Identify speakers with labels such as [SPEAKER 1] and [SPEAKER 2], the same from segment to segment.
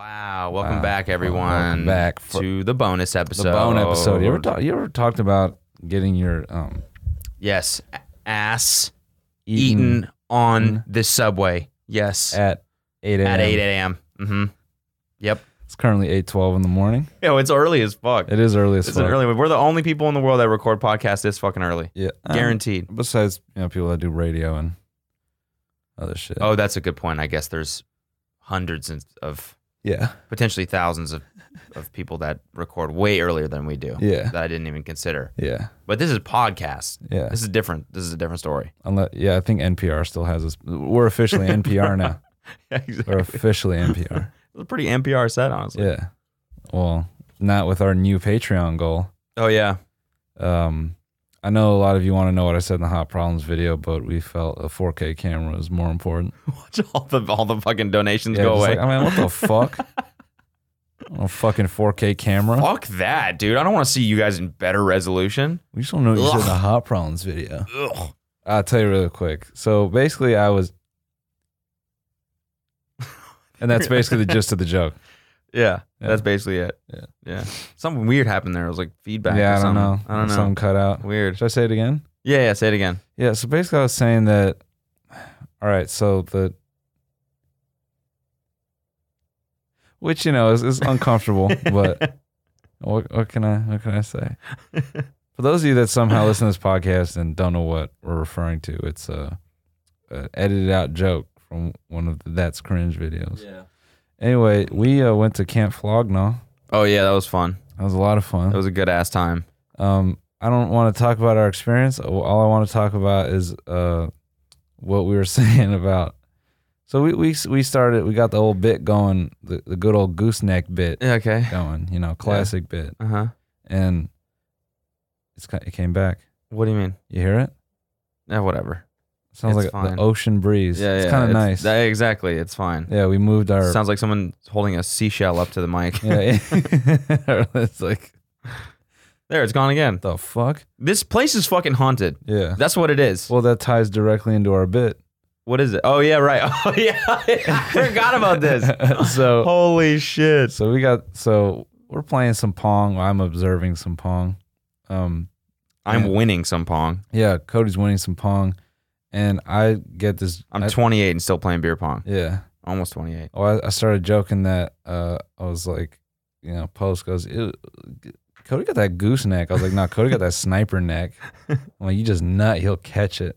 [SPEAKER 1] Wow. Welcome
[SPEAKER 2] Wow.
[SPEAKER 1] back, everyone.
[SPEAKER 2] Welcome back for
[SPEAKER 1] to the bonus episode.
[SPEAKER 2] the bone episode. You ever talk, you ever talked about getting your um
[SPEAKER 1] Yes. a- Ass
[SPEAKER 2] eaten,
[SPEAKER 1] eaten, on the subway. Yes. At,
[SPEAKER 2] at eight a.m.
[SPEAKER 1] 8 a.m. Mm-hmm. Yep.
[SPEAKER 2] It's currently eight twelve in the morning.
[SPEAKER 1] Yo, it's early as fuck.
[SPEAKER 2] It is early as
[SPEAKER 1] It's
[SPEAKER 2] fuck.
[SPEAKER 1] an early one. We're the only people in the world that record podcasts this fucking early.
[SPEAKER 2] yeah, um,
[SPEAKER 1] Guaranteed.
[SPEAKER 2] Besides, you know, people that do radio and other shit.
[SPEAKER 1] Oh, that's a good point. I guess there's hundreds and- of
[SPEAKER 2] yeah,
[SPEAKER 1] potentially thousands of, of people that record way earlier than we do
[SPEAKER 2] yeah,
[SPEAKER 1] that I didn't even consider.
[SPEAKER 2] yeah,
[SPEAKER 1] But this is podcast.
[SPEAKER 2] yeah.
[SPEAKER 1] This is different. This is a different story.
[SPEAKER 2] Unless, yeah, I think NPR still has us. We're officially NPR now. We're
[SPEAKER 1] exactly.
[SPEAKER 2] officially NPR.
[SPEAKER 1] It's a pretty NPR set, honestly.
[SPEAKER 2] Yeah. Well, not with our new Patreon goal.
[SPEAKER 1] Oh yeah.
[SPEAKER 2] Um, I know a lot of you want to know what I said in the hot problems video, but we felt a 4K camera was more important.
[SPEAKER 1] Watch all the all the fucking donations
[SPEAKER 2] Yeah,
[SPEAKER 1] go
[SPEAKER 2] just
[SPEAKER 1] away.
[SPEAKER 2] like, I mean, what the fuck? A fucking 4K camera.
[SPEAKER 1] Fuck that, dude. I don't want to see you guys in better resolution.
[SPEAKER 2] We just don't know what you said in the
[SPEAKER 1] Ugh.
[SPEAKER 2] hot problems video.
[SPEAKER 1] Ugh.
[SPEAKER 2] I'll tell you really quick. So basically, I was, and that's basically the gist of the joke.
[SPEAKER 1] Yeah,
[SPEAKER 2] Yeah.
[SPEAKER 1] that's basically it.
[SPEAKER 2] Yeah.
[SPEAKER 1] yeah. Something weird happened there. It was like feedback. or
[SPEAKER 2] yeah, I don't
[SPEAKER 1] something.
[SPEAKER 2] know.
[SPEAKER 1] I don't know.
[SPEAKER 2] Some cut out.
[SPEAKER 1] Weird.
[SPEAKER 2] Should I say it again?
[SPEAKER 1] Yeah, yeah. Say it again.
[SPEAKER 2] Yeah, so basically I was saying that all right, so the which you know is, is uncomfortable, but what, what can I what can I say? For those of you that somehow listen to this podcast and don't know what we're referring to, it's a, a edited out joke from one of the That's Cringe videos.
[SPEAKER 1] yeah.
[SPEAKER 2] Anyway, we uh, went to Camp Flogna.
[SPEAKER 1] Oh yeah, that was fun.
[SPEAKER 2] That was a lot of
[SPEAKER 1] That
[SPEAKER 2] fun.
[SPEAKER 1] was a good ass time.
[SPEAKER 2] Um, I don't want to talk about our experience. All I want to talk about is uh, what we were saying about. So we we we started. We got the old bit going, the, the good old gooseneck bit
[SPEAKER 1] Yeah, okay.
[SPEAKER 2] going. You know, classic bit,
[SPEAKER 1] Uh huh.
[SPEAKER 2] and it's ki- it came back.
[SPEAKER 1] What do you mean?
[SPEAKER 2] You hear it?
[SPEAKER 1] Yeah, whatever.
[SPEAKER 2] Sounds
[SPEAKER 1] It's
[SPEAKER 2] like
[SPEAKER 1] fine.
[SPEAKER 2] the ocean breeze.
[SPEAKER 1] yeah,
[SPEAKER 2] it's
[SPEAKER 1] yeah,
[SPEAKER 2] kind of nice.
[SPEAKER 1] that- exactly. It's fine.
[SPEAKER 2] yeah, we moved our.
[SPEAKER 1] Sounds like someone holding a seashell up to the mic.
[SPEAKER 2] yeah, it's like
[SPEAKER 1] There, it's gone again.
[SPEAKER 2] the fuck.
[SPEAKER 1] This place is fucking haunted.
[SPEAKER 2] Yeah.
[SPEAKER 1] That's what it is.
[SPEAKER 2] Well, that ties directly into our bit.
[SPEAKER 1] What is it? Oh yeah, right. Oh yeah, I forgot about this.
[SPEAKER 2] so
[SPEAKER 1] Holy shit!
[SPEAKER 2] So we got so we're playing some pong. I'm observing some pong. Um,
[SPEAKER 1] I'm
[SPEAKER 2] Yeah.
[SPEAKER 1] winning some pong.
[SPEAKER 2] yeah, Cody's winning some pong, and I get this.
[SPEAKER 1] I'm
[SPEAKER 2] I-
[SPEAKER 1] 28 and still playing beer pong.
[SPEAKER 2] yeah.
[SPEAKER 1] Almost 28.
[SPEAKER 2] Oh, I, I started joking that uh, I was like, you know, post goes, "Ew, Cody got that gooseneck. I was like, no, Cody got that sniper neck. I'm like, you just nut, he'll catch it.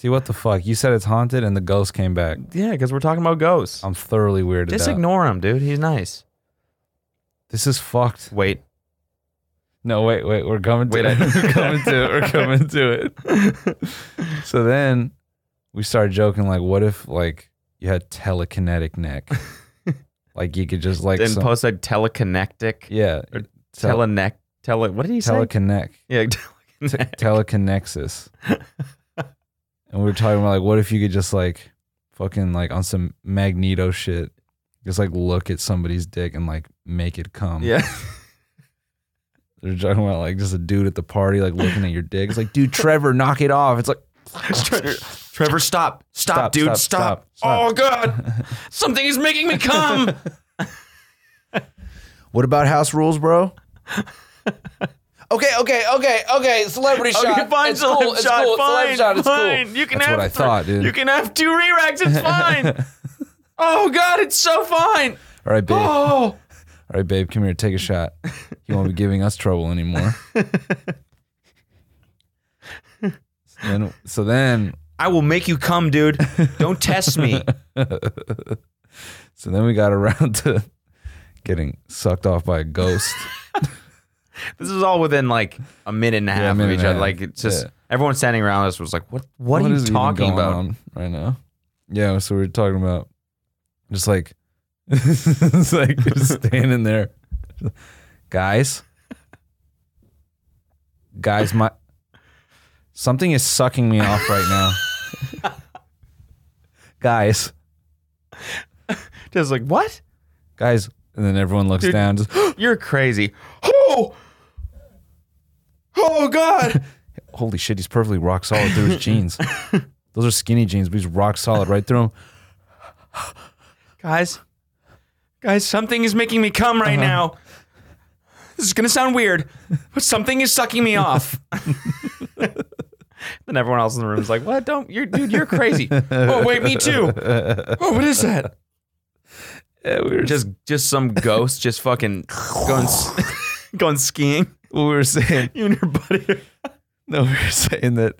[SPEAKER 2] See what the fuck? You said it's haunted, and the ghost came back.
[SPEAKER 1] Yeah, because we're talking about ghosts.
[SPEAKER 2] I'm thoroughly weirded
[SPEAKER 1] Just
[SPEAKER 2] out.
[SPEAKER 1] ignore him, dude. He's nice.
[SPEAKER 2] this is fucked.
[SPEAKER 1] Wait.
[SPEAKER 2] No, wait, wait, we're coming to
[SPEAKER 1] Wait,
[SPEAKER 2] it.
[SPEAKER 1] I-
[SPEAKER 2] we're coming to it. We're coming to it. So then we started joking like, what if like you had telekinetic neck? like you could just like
[SPEAKER 1] and
[SPEAKER 2] some-
[SPEAKER 1] post said telekinetic.
[SPEAKER 2] yeah,
[SPEAKER 1] or
[SPEAKER 2] tel-
[SPEAKER 1] Teleneck. Tele. What did he say?
[SPEAKER 2] telekinect,
[SPEAKER 1] Yeah.
[SPEAKER 2] te-
[SPEAKER 1] telekinetic.
[SPEAKER 2] telekinexis. and we were talking about like, what if you could just like fucking like on some magneto shit, just like look at somebody's dick and like make it come.
[SPEAKER 1] Yeah.
[SPEAKER 2] They're talking about like just a dude at the party like looking at your dick. It's like, dude, Trevor, knock it off. It's like
[SPEAKER 1] Trevor, Trevor, stop. Stop,
[SPEAKER 2] Stop,
[SPEAKER 1] dude.
[SPEAKER 2] stop,
[SPEAKER 1] Stop,
[SPEAKER 2] stop,
[SPEAKER 1] Oh, God. Something is making me come.
[SPEAKER 2] What about house rules, bro?
[SPEAKER 3] Okay, okay, okay, okay. Celebrity shot.
[SPEAKER 1] Okay, fine,
[SPEAKER 3] it's cool.
[SPEAKER 1] celeb
[SPEAKER 3] It's
[SPEAKER 1] shot,
[SPEAKER 3] cool.
[SPEAKER 1] Fine,
[SPEAKER 3] celeb shot. It's
[SPEAKER 1] fine.
[SPEAKER 3] cool.
[SPEAKER 1] You can
[SPEAKER 2] That's
[SPEAKER 1] have
[SPEAKER 2] what I
[SPEAKER 1] three-
[SPEAKER 2] thought, dude.
[SPEAKER 1] You can have two re-racks. It's fine. oh, God. It's so fine.
[SPEAKER 2] All right, babe. All
[SPEAKER 1] Oh.
[SPEAKER 2] right, babe. Come here. Take a shot. You won't be giving us trouble anymore. and so then,
[SPEAKER 1] I will make you come, dude. Don't test me.
[SPEAKER 2] so then we got around to getting sucked off by a ghost.
[SPEAKER 1] This is all within like a minute and a half of
[SPEAKER 2] minute
[SPEAKER 1] each
[SPEAKER 2] and a
[SPEAKER 1] other.
[SPEAKER 2] half.
[SPEAKER 1] Like it's just
[SPEAKER 2] Yeah.
[SPEAKER 1] everyone standing around us was like, "What? What, are you
[SPEAKER 2] is even
[SPEAKER 1] talking
[SPEAKER 2] going
[SPEAKER 1] about?"
[SPEAKER 2] on right now? Yeah. So we were talking about just like it's like just standing there, guys. Guys, my something is sucking me off right now. guys,
[SPEAKER 1] Just like, "What?
[SPEAKER 2] guys, and then everyone looks
[SPEAKER 1] Dude.
[SPEAKER 2] down. Just
[SPEAKER 1] You're crazy." Oh, oh God!
[SPEAKER 2] holy shit, he's perfectly rock solid through his jeans. Those are skinny jeans, but he's rock solid right through them.
[SPEAKER 1] guys, Guys, something is making me come right now. This is gonna sound weird, but something is sucking me off. then everyone else in the room is like, "What? Don't you're dude? You're crazy." oh wait, me too. Oh, what is that?
[SPEAKER 2] Yeah, we were
[SPEAKER 1] Just
[SPEAKER 2] just
[SPEAKER 1] just some ghost, just fucking going s- going skiing.
[SPEAKER 2] we were saying
[SPEAKER 1] You and your buddy.
[SPEAKER 2] no, we were saying that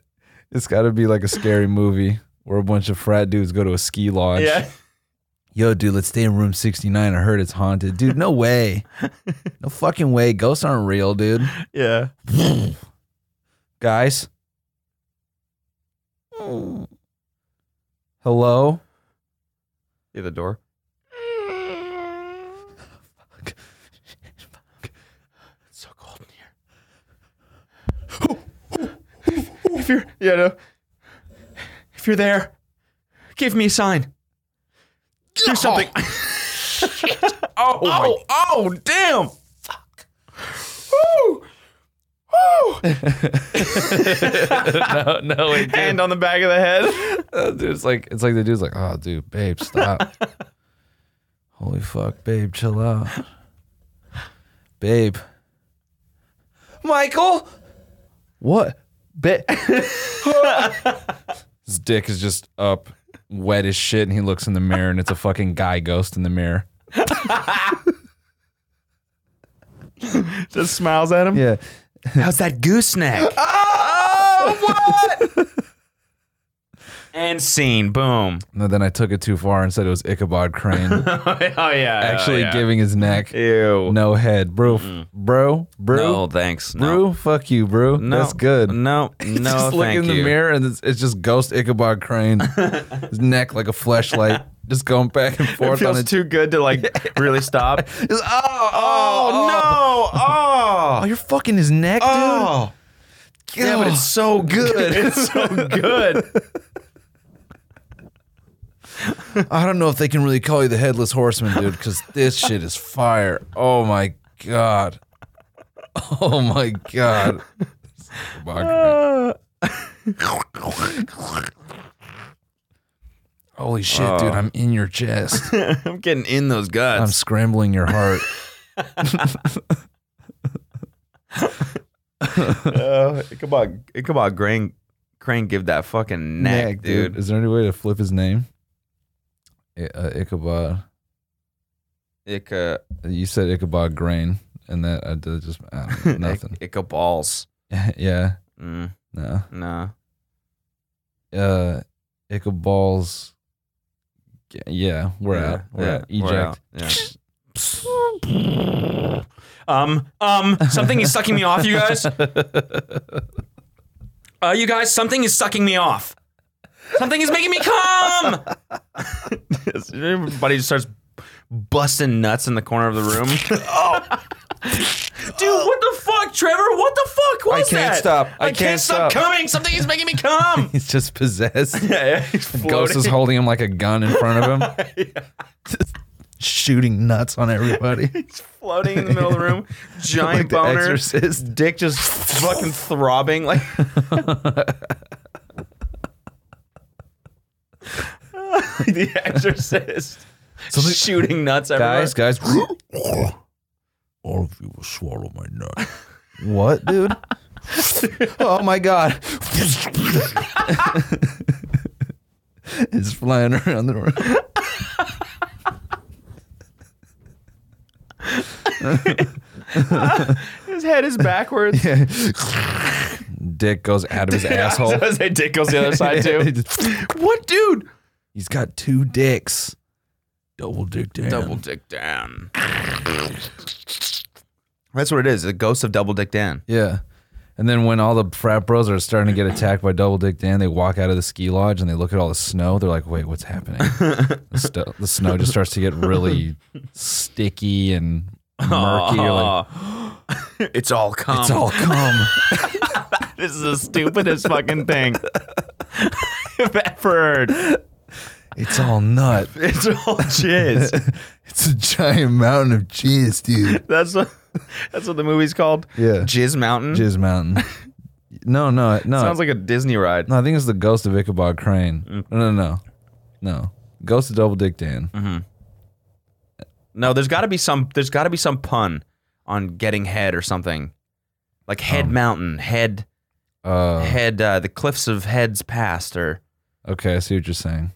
[SPEAKER 2] it's got to be like a scary movie where a bunch of frat dudes go to a ski lodge.
[SPEAKER 1] Yeah.
[SPEAKER 2] Yo, dude, let's stay in room 69. I heard it's haunted. Dude, no way. No fucking way. Ghosts aren't real, dude.
[SPEAKER 1] Yeah.
[SPEAKER 2] Guys. Hello?
[SPEAKER 1] Yeah, the door. It's so cold in here. If you're, yeah, no. If you're there, give me a sign. Do something. oh, oh, oh, damn. Fuck. Woo. Woo.
[SPEAKER 2] no, no, it didn't.
[SPEAKER 1] Hand on the back of the head.
[SPEAKER 2] Uh, dude, it's like it's like the dude's like, oh, dude, babe, stop. Holy fuck, babe, chill out, babe. Michael, what? Ba- His dick is just up, wet as shit, and he looks in the mirror, and it's a fucking guy ghost in the mirror.
[SPEAKER 1] Just smiles at him.
[SPEAKER 2] Yeah,
[SPEAKER 1] How's that gooseneck?
[SPEAKER 2] Oh, what?
[SPEAKER 1] and scene. Boom.
[SPEAKER 2] no, then I took it too far and said it was Ichabod Crane
[SPEAKER 1] oh yeah. oh,
[SPEAKER 2] actually
[SPEAKER 1] yeah.
[SPEAKER 2] giving his neck.
[SPEAKER 1] Ew.
[SPEAKER 2] No head, bro, bro, bro.
[SPEAKER 1] No, thanks. No.
[SPEAKER 2] Brew, fuck you, Brew.
[SPEAKER 1] No.
[SPEAKER 2] That's good.
[SPEAKER 1] No, no,
[SPEAKER 2] just look
[SPEAKER 1] thank
[SPEAKER 2] in the
[SPEAKER 1] you.
[SPEAKER 2] mirror and it's, it's just ghost Ichabod Crane. His neck like a fleshlight, just going back and
[SPEAKER 1] It
[SPEAKER 2] forth on
[SPEAKER 1] feels
[SPEAKER 2] it.
[SPEAKER 1] too good to like really stop.
[SPEAKER 2] Just- oh,
[SPEAKER 1] oh, no!
[SPEAKER 2] Oh,
[SPEAKER 1] Oh,
[SPEAKER 2] you're fucking his neck, dude.
[SPEAKER 1] oh, yeah, but it's so good. it's so good.
[SPEAKER 2] I don't know if they can really call you the headless horseman, dude, because this shit is fire. Oh my god. Oh my god. Ichabod Crane. Holy shit, dude! I'm in your chest.
[SPEAKER 1] I'm getting in those
[SPEAKER 2] I'm
[SPEAKER 1] guts.
[SPEAKER 2] scrambling your heart.
[SPEAKER 1] Uh, come on, come on, Crane, Crane, give that fucking neck, dude.
[SPEAKER 2] Is there any way to flip his name? I, uh, Ichabod.
[SPEAKER 1] Ick, uh,
[SPEAKER 2] You said Ichabod Grain, and that I did just I don't know, nothing.
[SPEAKER 1] Ick, Icka balls.
[SPEAKER 2] yeah,
[SPEAKER 1] Mm,
[SPEAKER 2] no.
[SPEAKER 1] no.
[SPEAKER 2] Uh, Ichabod's. Yeah, we're out. We're out. Eject.
[SPEAKER 1] Yeah. um, um, something is sucking me off, you guys. Uh, you guys, something is sucking me off. Something is making me come. Everybody just starts busting nuts in the corner of the room. oh. Dude, what the fuck, Trevor? What the fuck was
[SPEAKER 2] I can't
[SPEAKER 1] that?
[SPEAKER 2] stop. I
[SPEAKER 1] I, can't,
[SPEAKER 2] can't
[SPEAKER 1] stop.
[SPEAKER 2] stop.
[SPEAKER 1] coming. Something is making me come.
[SPEAKER 2] He's just possessed.
[SPEAKER 1] yeah, yeah. He's
[SPEAKER 2] Ghost is
[SPEAKER 1] floating.
[SPEAKER 2] holding him like a gun in front of him, shooting nuts on everybody.
[SPEAKER 1] He's floating in the middle of the room.
[SPEAKER 2] like
[SPEAKER 1] Giant
[SPEAKER 2] the
[SPEAKER 1] boner.
[SPEAKER 2] Exorcist.
[SPEAKER 1] Dick just fucking throbbing like. the Exorcist.
[SPEAKER 2] Something-
[SPEAKER 1] shooting nuts everywhere.
[SPEAKER 2] guys, guys. All of you will swallow my nut. What, dude? oh my god. it's flying around the room.
[SPEAKER 1] his head is backwards.
[SPEAKER 2] Dick goes out of his asshole.
[SPEAKER 1] His dick goes the other side too. what, dude?
[SPEAKER 2] He's got two dicks. Double dick Dan.
[SPEAKER 1] Double Dick Dan. That's what it is. The ghost of Double Dick Dan.
[SPEAKER 2] Yeah. And then when all the frat bros are starting to get attacked by Double Dick Dan, they walk out of the ski lodge and they look at all the snow. They're like, "Wait, what's happening?" the, sto- the snow just starts to get really sticky and murky. You're like,
[SPEAKER 1] it's all come.
[SPEAKER 2] it's all cum.
[SPEAKER 1] This is the stupidest fucking thing I've ever heard.
[SPEAKER 2] It's all nut.
[SPEAKER 1] It's all jizz.
[SPEAKER 2] It's a giant mountain of cheese, dude.
[SPEAKER 1] That's what, that's what the movie's called.
[SPEAKER 2] Yeah.
[SPEAKER 1] Jizz Mountain.
[SPEAKER 2] Jizz Mountain. No, no, no.
[SPEAKER 1] Sounds like a Disney ride.
[SPEAKER 2] no, I think it's the ghost of Ichabod
[SPEAKER 1] Mm. Mm-hmm.
[SPEAKER 2] Crane. No, no, no. No. Ghost of Double Dick Dan.
[SPEAKER 1] No, there's got to be some. There's got to be some pun on getting head or something, like head
[SPEAKER 2] Um,
[SPEAKER 1] mountain, head
[SPEAKER 2] Uh,
[SPEAKER 1] head uh, the cliffs of heads past, or
[SPEAKER 2] okay, I see what you're saying.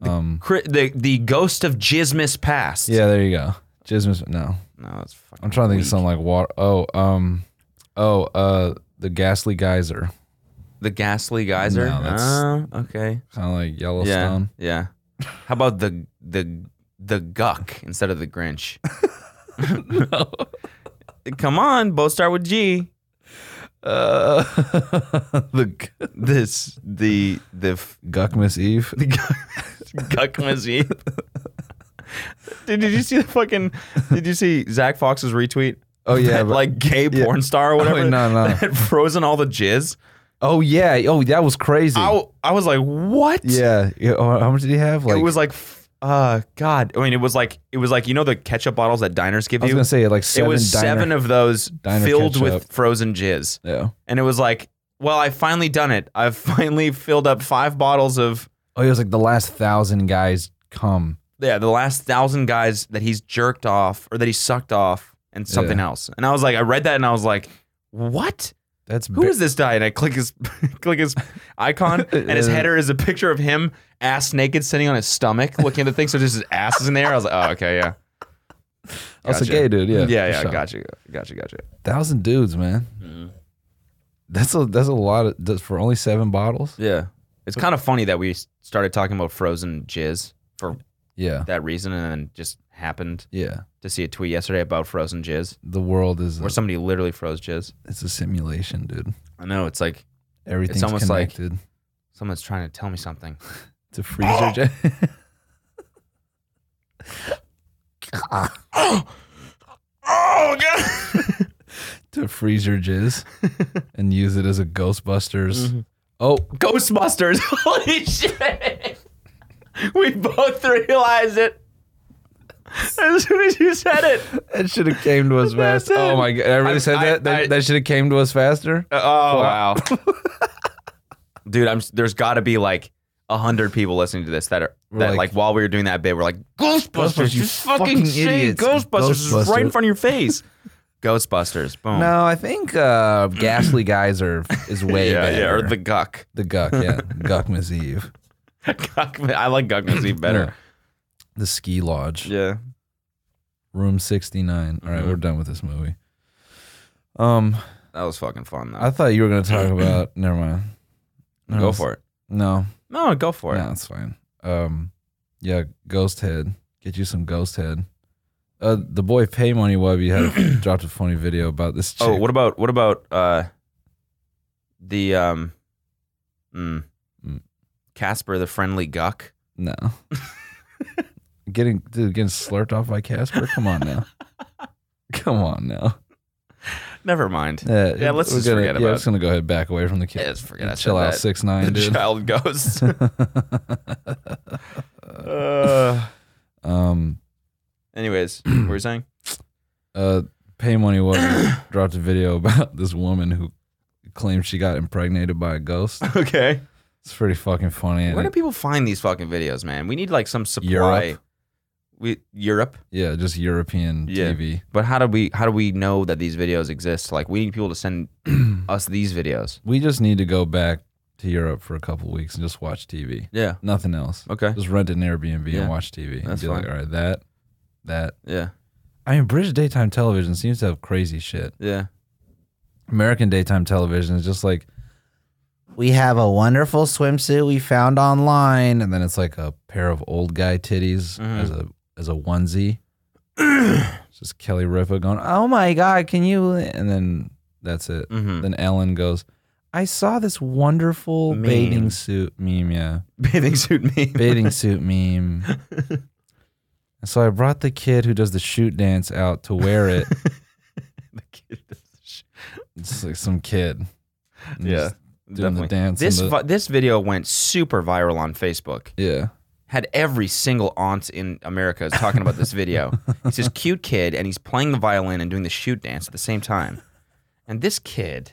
[SPEAKER 2] Um,
[SPEAKER 1] cri- the the ghost of Jismis past.
[SPEAKER 2] yeah, there you go. Jismus. No,
[SPEAKER 1] no, that's fucking.
[SPEAKER 2] I'm trying to think
[SPEAKER 1] weak.
[SPEAKER 2] of something like water. Oh, um, oh, uh, the ghastly geyser,
[SPEAKER 1] The ghastly geyser.
[SPEAKER 2] No, that's-
[SPEAKER 1] Uh, okay.
[SPEAKER 2] kind of like
[SPEAKER 1] Yeah.
[SPEAKER 2] Yellowstone.
[SPEAKER 1] Yeah. How about the the the guck instead of the Grinch?
[SPEAKER 2] no.
[SPEAKER 1] Come on, both start with G.
[SPEAKER 2] Uh, the g-
[SPEAKER 1] This the the f-
[SPEAKER 2] Guck Miss Eve.
[SPEAKER 1] the guck, guck machine. Dude, did you see the fucking? Did you see Zach Fox's retweet?
[SPEAKER 2] Oh yeah,
[SPEAKER 1] That,
[SPEAKER 2] but-
[SPEAKER 1] like gay
[SPEAKER 2] yeah. Oh,
[SPEAKER 1] porn star or whatever.
[SPEAKER 2] no, no.
[SPEAKER 1] that had frozen all the jizz.
[SPEAKER 2] oh yeah. Oh, that was crazy.
[SPEAKER 1] I, w- I was like, what?
[SPEAKER 2] yeah. yeah. oh, How much did he have? Like
[SPEAKER 1] it was like, f- uh, God. I mean, it was like it was like you know the ketchup bottles that diners give
[SPEAKER 2] I was
[SPEAKER 1] you.
[SPEAKER 2] gonna say like
[SPEAKER 1] it
[SPEAKER 2] seven.
[SPEAKER 1] was
[SPEAKER 2] diner-
[SPEAKER 1] seven of those
[SPEAKER 2] diner
[SPEAKER 1] filled with
[SPEAKER 2] ketchup.
[SPEAKER 1] frozen jizz,
[SPEAKER 2] Yeah.
[SPEAKER 1] and it was like, well, I finally done it. I've finally filled up five bottles of
[SPEAKER 2] Oh, it was like the last thousand guys come.
[SPEAKER 1] yeah, the last thousand guys that he's jerked off or that he sucked off, and something else. And I was like, I read that, and I was like, what?
[SPEAKER 2] That's
[SPEAKER 1] Who
[SPEAKER 2] ba-
[SPEAKER 1] is this guy? And I click his click his icon, and his
[SPEAKER 2] Yeah.
[SPEAKER 1] header is a picture of him ass naked sitting on his stomach, looking at the thing. So just his ass is in there. I was like, oh, okay, yeah,
[SPEAKER 2] Oh, it's a
[SPEAKER 1] Gotcha.
[SPEAKER 2] gay dude. Yeah.
[SPEAKER 1] yeah, yeah, Mm-hmm.
[SPEAKER 2] Gotcha.
[SPEAKER 1] gotcha, gotcha, gotcha.
[SPEAKER 2] Thousand dudes, man. That's a that's a lot of, that's for only seven bottles.
[SPEAKER 1] Yeah, it's kind of funny that we s- started talking about frozen jizz for
[SPEAKER 2] Yeah,
[SPEAKER 1] that reason, and then just happened
[SPEAKER 2] yeah.
[SPEAKER 1] to see a tweet yesterday about frozen jizz,
[SPEAKER 2] The world is
[SPEAKER 1] where
[SPEAKER 2] a,
[SPEAKER 1] somebody literally froze jizz.
[SPEAKER 2] it's a simulation, dude.
[SPEAKER 1] Uh-huh. I know it's like
[SPEAKER 2] Everything's
[SPEAKER 1] almost like-
[SPEAKER 2] connected.
[SPEAKER 1] someone's trying to tell me something.
[SPEAKER 2] it's a freezer. ja-
[SPEAKER 1] Oh god!
[SPEAKER 2] to freeze your jizz and use it as a Ghostbusters.
[SPEAKER 1] Mm-hmm.
[SPEAKER 2] Oh,
[SPEAKER 1] Ghostbusters! Holy shit! We both realized it as soon as you said it.
[SPEAKER 2] that should have came to us
[SPEAKER 1] That's
[SPEAKER 2] fast. Oh
[SPEAKER 1] it.
[SPEAKER 2] my god, everybody
[SPEAKER 1] I-
[SPEAKER 2] said
[SPEAKER 1] I-
[SPEAKER 2] that. That,
[SPEAKER 1] I-
[SPEAKER 2] that should have came to us faster.
[SPEAKER 1] Uh, Oh wow, dude! I'm there's got to be like a hundred people listening to this that are
[SPEAKER 2] We're
[SPEAKER 1] that like,
[SPEAKER 2] like-
[SPEAKER 1] while we were doing that bit, we're like Ghostbusters,
[SPEAKER 2] Ghostbusters,
[SPEAKER 1] you
[SPEAKER 2] you
[SPEAKER 1] fucking
[SPEAKER 2] fucking
[SPEAKER 1] see
[SPEAKER 2] idiots.
[SPEAKER 1] Ghostbusters is right in
[SPEAKER 2] Ghostbusters."
[SPEAKER 1] front of your face. Ghostbusters, boom.
[SPEAKER 2] No, I think uh, Ghastly Geyser is way
[SPEAKER 1] yeah,
[SPEAKER 2] better.
[SPEAKER 1] yeah, or the Guck.
[SPEAKER 2] the Guck, yeah, Guck Miss Eve.
[SPEAKER 1] Guck I like Guck Nazeem better.
[SPEAKER 2] The Ski Lodge.
[SPEAKER 1] Yeah.
[SPEAKER 2] Room 69. All right,
[SPEAKER 1] Mhm.
[SPEAKER 2] we're done with this movie. Um,
[SPEAKER 1] that was fucking fun though.
[SPEAKER 2] I thought you were going to talk about never mind. No,
[SPEAKER 1] go
[SPEAKER 2] it's-
[SPEAKER 1] for it.
[SPEAKER 2] No.
[SPEAKER 1] No, go for it.
[SPEAKER 2] No, it's fine. Um, yeah, Ghost Head. Get you some Ghost Head. Uh, the boy Pay Money Webby had a, dropped a funny video about this chick.
[SPEAKER 1] Oh, what about what about uh the um mm,
[SPEAKER 2] Mm.
[SPEAKER 1] Casper the friendly guck?
[SPEAKER 2] No. getting dude, getting slurped off by Casper. Come on now. Come on now.
[SPEAKER 1] Never mind.
[SPEAKER 2] Yeah,
[SPEAKER 1] Yeah, let's
[SPEAKER 2] we're
[SPEAKER 1] just
[SPEAKER 2] gonna,
[SPEAKER 1] forget
[SPEAKER 2] yeah,
[SPEAKER 1] about
[SPEAKER 2] I'm just gonna go ahead and back away from the
[SPEAKER 1] Yeah,
[SPEAKER 2] kid.
[SPEAKER 1] just forget I
[SPEAKER 2] chill
[SPEAKER 1] said
[SPEAKER 2] out,
[SPEAKER 1] that.
[SPEAKER 2] six nine,
[SPEAKER 1] the
[SPEAKER 2] dude.
[SPEAKER 1] child ghost. Uh,
[SPEAKER 2] um,
[SPEAKER 1] anyways, what were you saying?
[SPEAKER 2] uh, Pay Money Woman dropped a video about this woman who claimed she got impregnated by a ghost.
[SPEAKER 1] Okay.
[SPEAKER 2] It's pretty fucking funny. and
[SPEAKER 1] Where do
[SPEAKER 2] it-
[SPEAKER 1] people find these fucking videos, man? We need like some supply.
[SPEAKER 2] Europe.
[SPEAKER 1] We Europe,
[SPEAKER 2] yeah, just European
[SPEAKER 1] Yeah.
[SPEAKER 2] TV.
[SPEAKER 1] but how do we how do we know that these videos exist? Like we need people to send us these videos.
[SPEAKER 2] We just need to go back to Europe for a couple weeks and just watch TV.
[SPEAKER 1] Yeah.
[SPEAKER 2] Nothing else.
[SPEAKER 1] Okay.
[SPEAKER 2] Just rent an Airbnb
[SPEAKER 1] Yeah.
[SPEAKER 2] and watch TV.
[SPEAKER 1] That's
[SPEAKER 2] and be like,
[SPEAKER 1] fine.
[SPEAKER 2] all right, that, that.
[SPEAKER 1] Yeah.
[SPEAKER 2] I mean, British daytime television seems to have crazy shit.
[SPEAKER 1] Yeah.
[SPEAKER 2] American daytime television is just like
[SPEAKER 3] We have a wonderful swimsuit we found online.
[SPEAKER 2] and then it's like a pair of old guy titties
[SPEAKER 1] Mhm.
[SPEAKER 2] as a as a onesie. it's just Kelly Ripa going, "Oh my god, can you?" And then that's it.
[SPEAKER 1] Mm-hmm.
[SPEAKER 2] Then Ellen goes, "I saw this wonderful bathing
[SPEAKER 1] Meme.
[SPEAKER 2] suit meme, yeah,
[SPEAKER 1] Bathing suit me.
[SPEAKER 2] bathing suit meme." And so I brought the kid who does the shoot dance out to wear it.
[SPEAKER 1] the kid does the shit.
[SPEAKER 2] it's like some kid. And
[SPEAKER 1] Yeah,
[SPEAKER 2] he's doing the dance.
[SPEAKER 1] This
[SPEAKER 2] and the-
[SPEAKER 1] vi- this video went super viral on Facebook.
[SPEAKER 2] yeah,
[SPEAKER 1] Had every single aunt in America is talking about this video. It's this cute kid, and he's playing the violin and doing the shoot dance at the same time. And this kid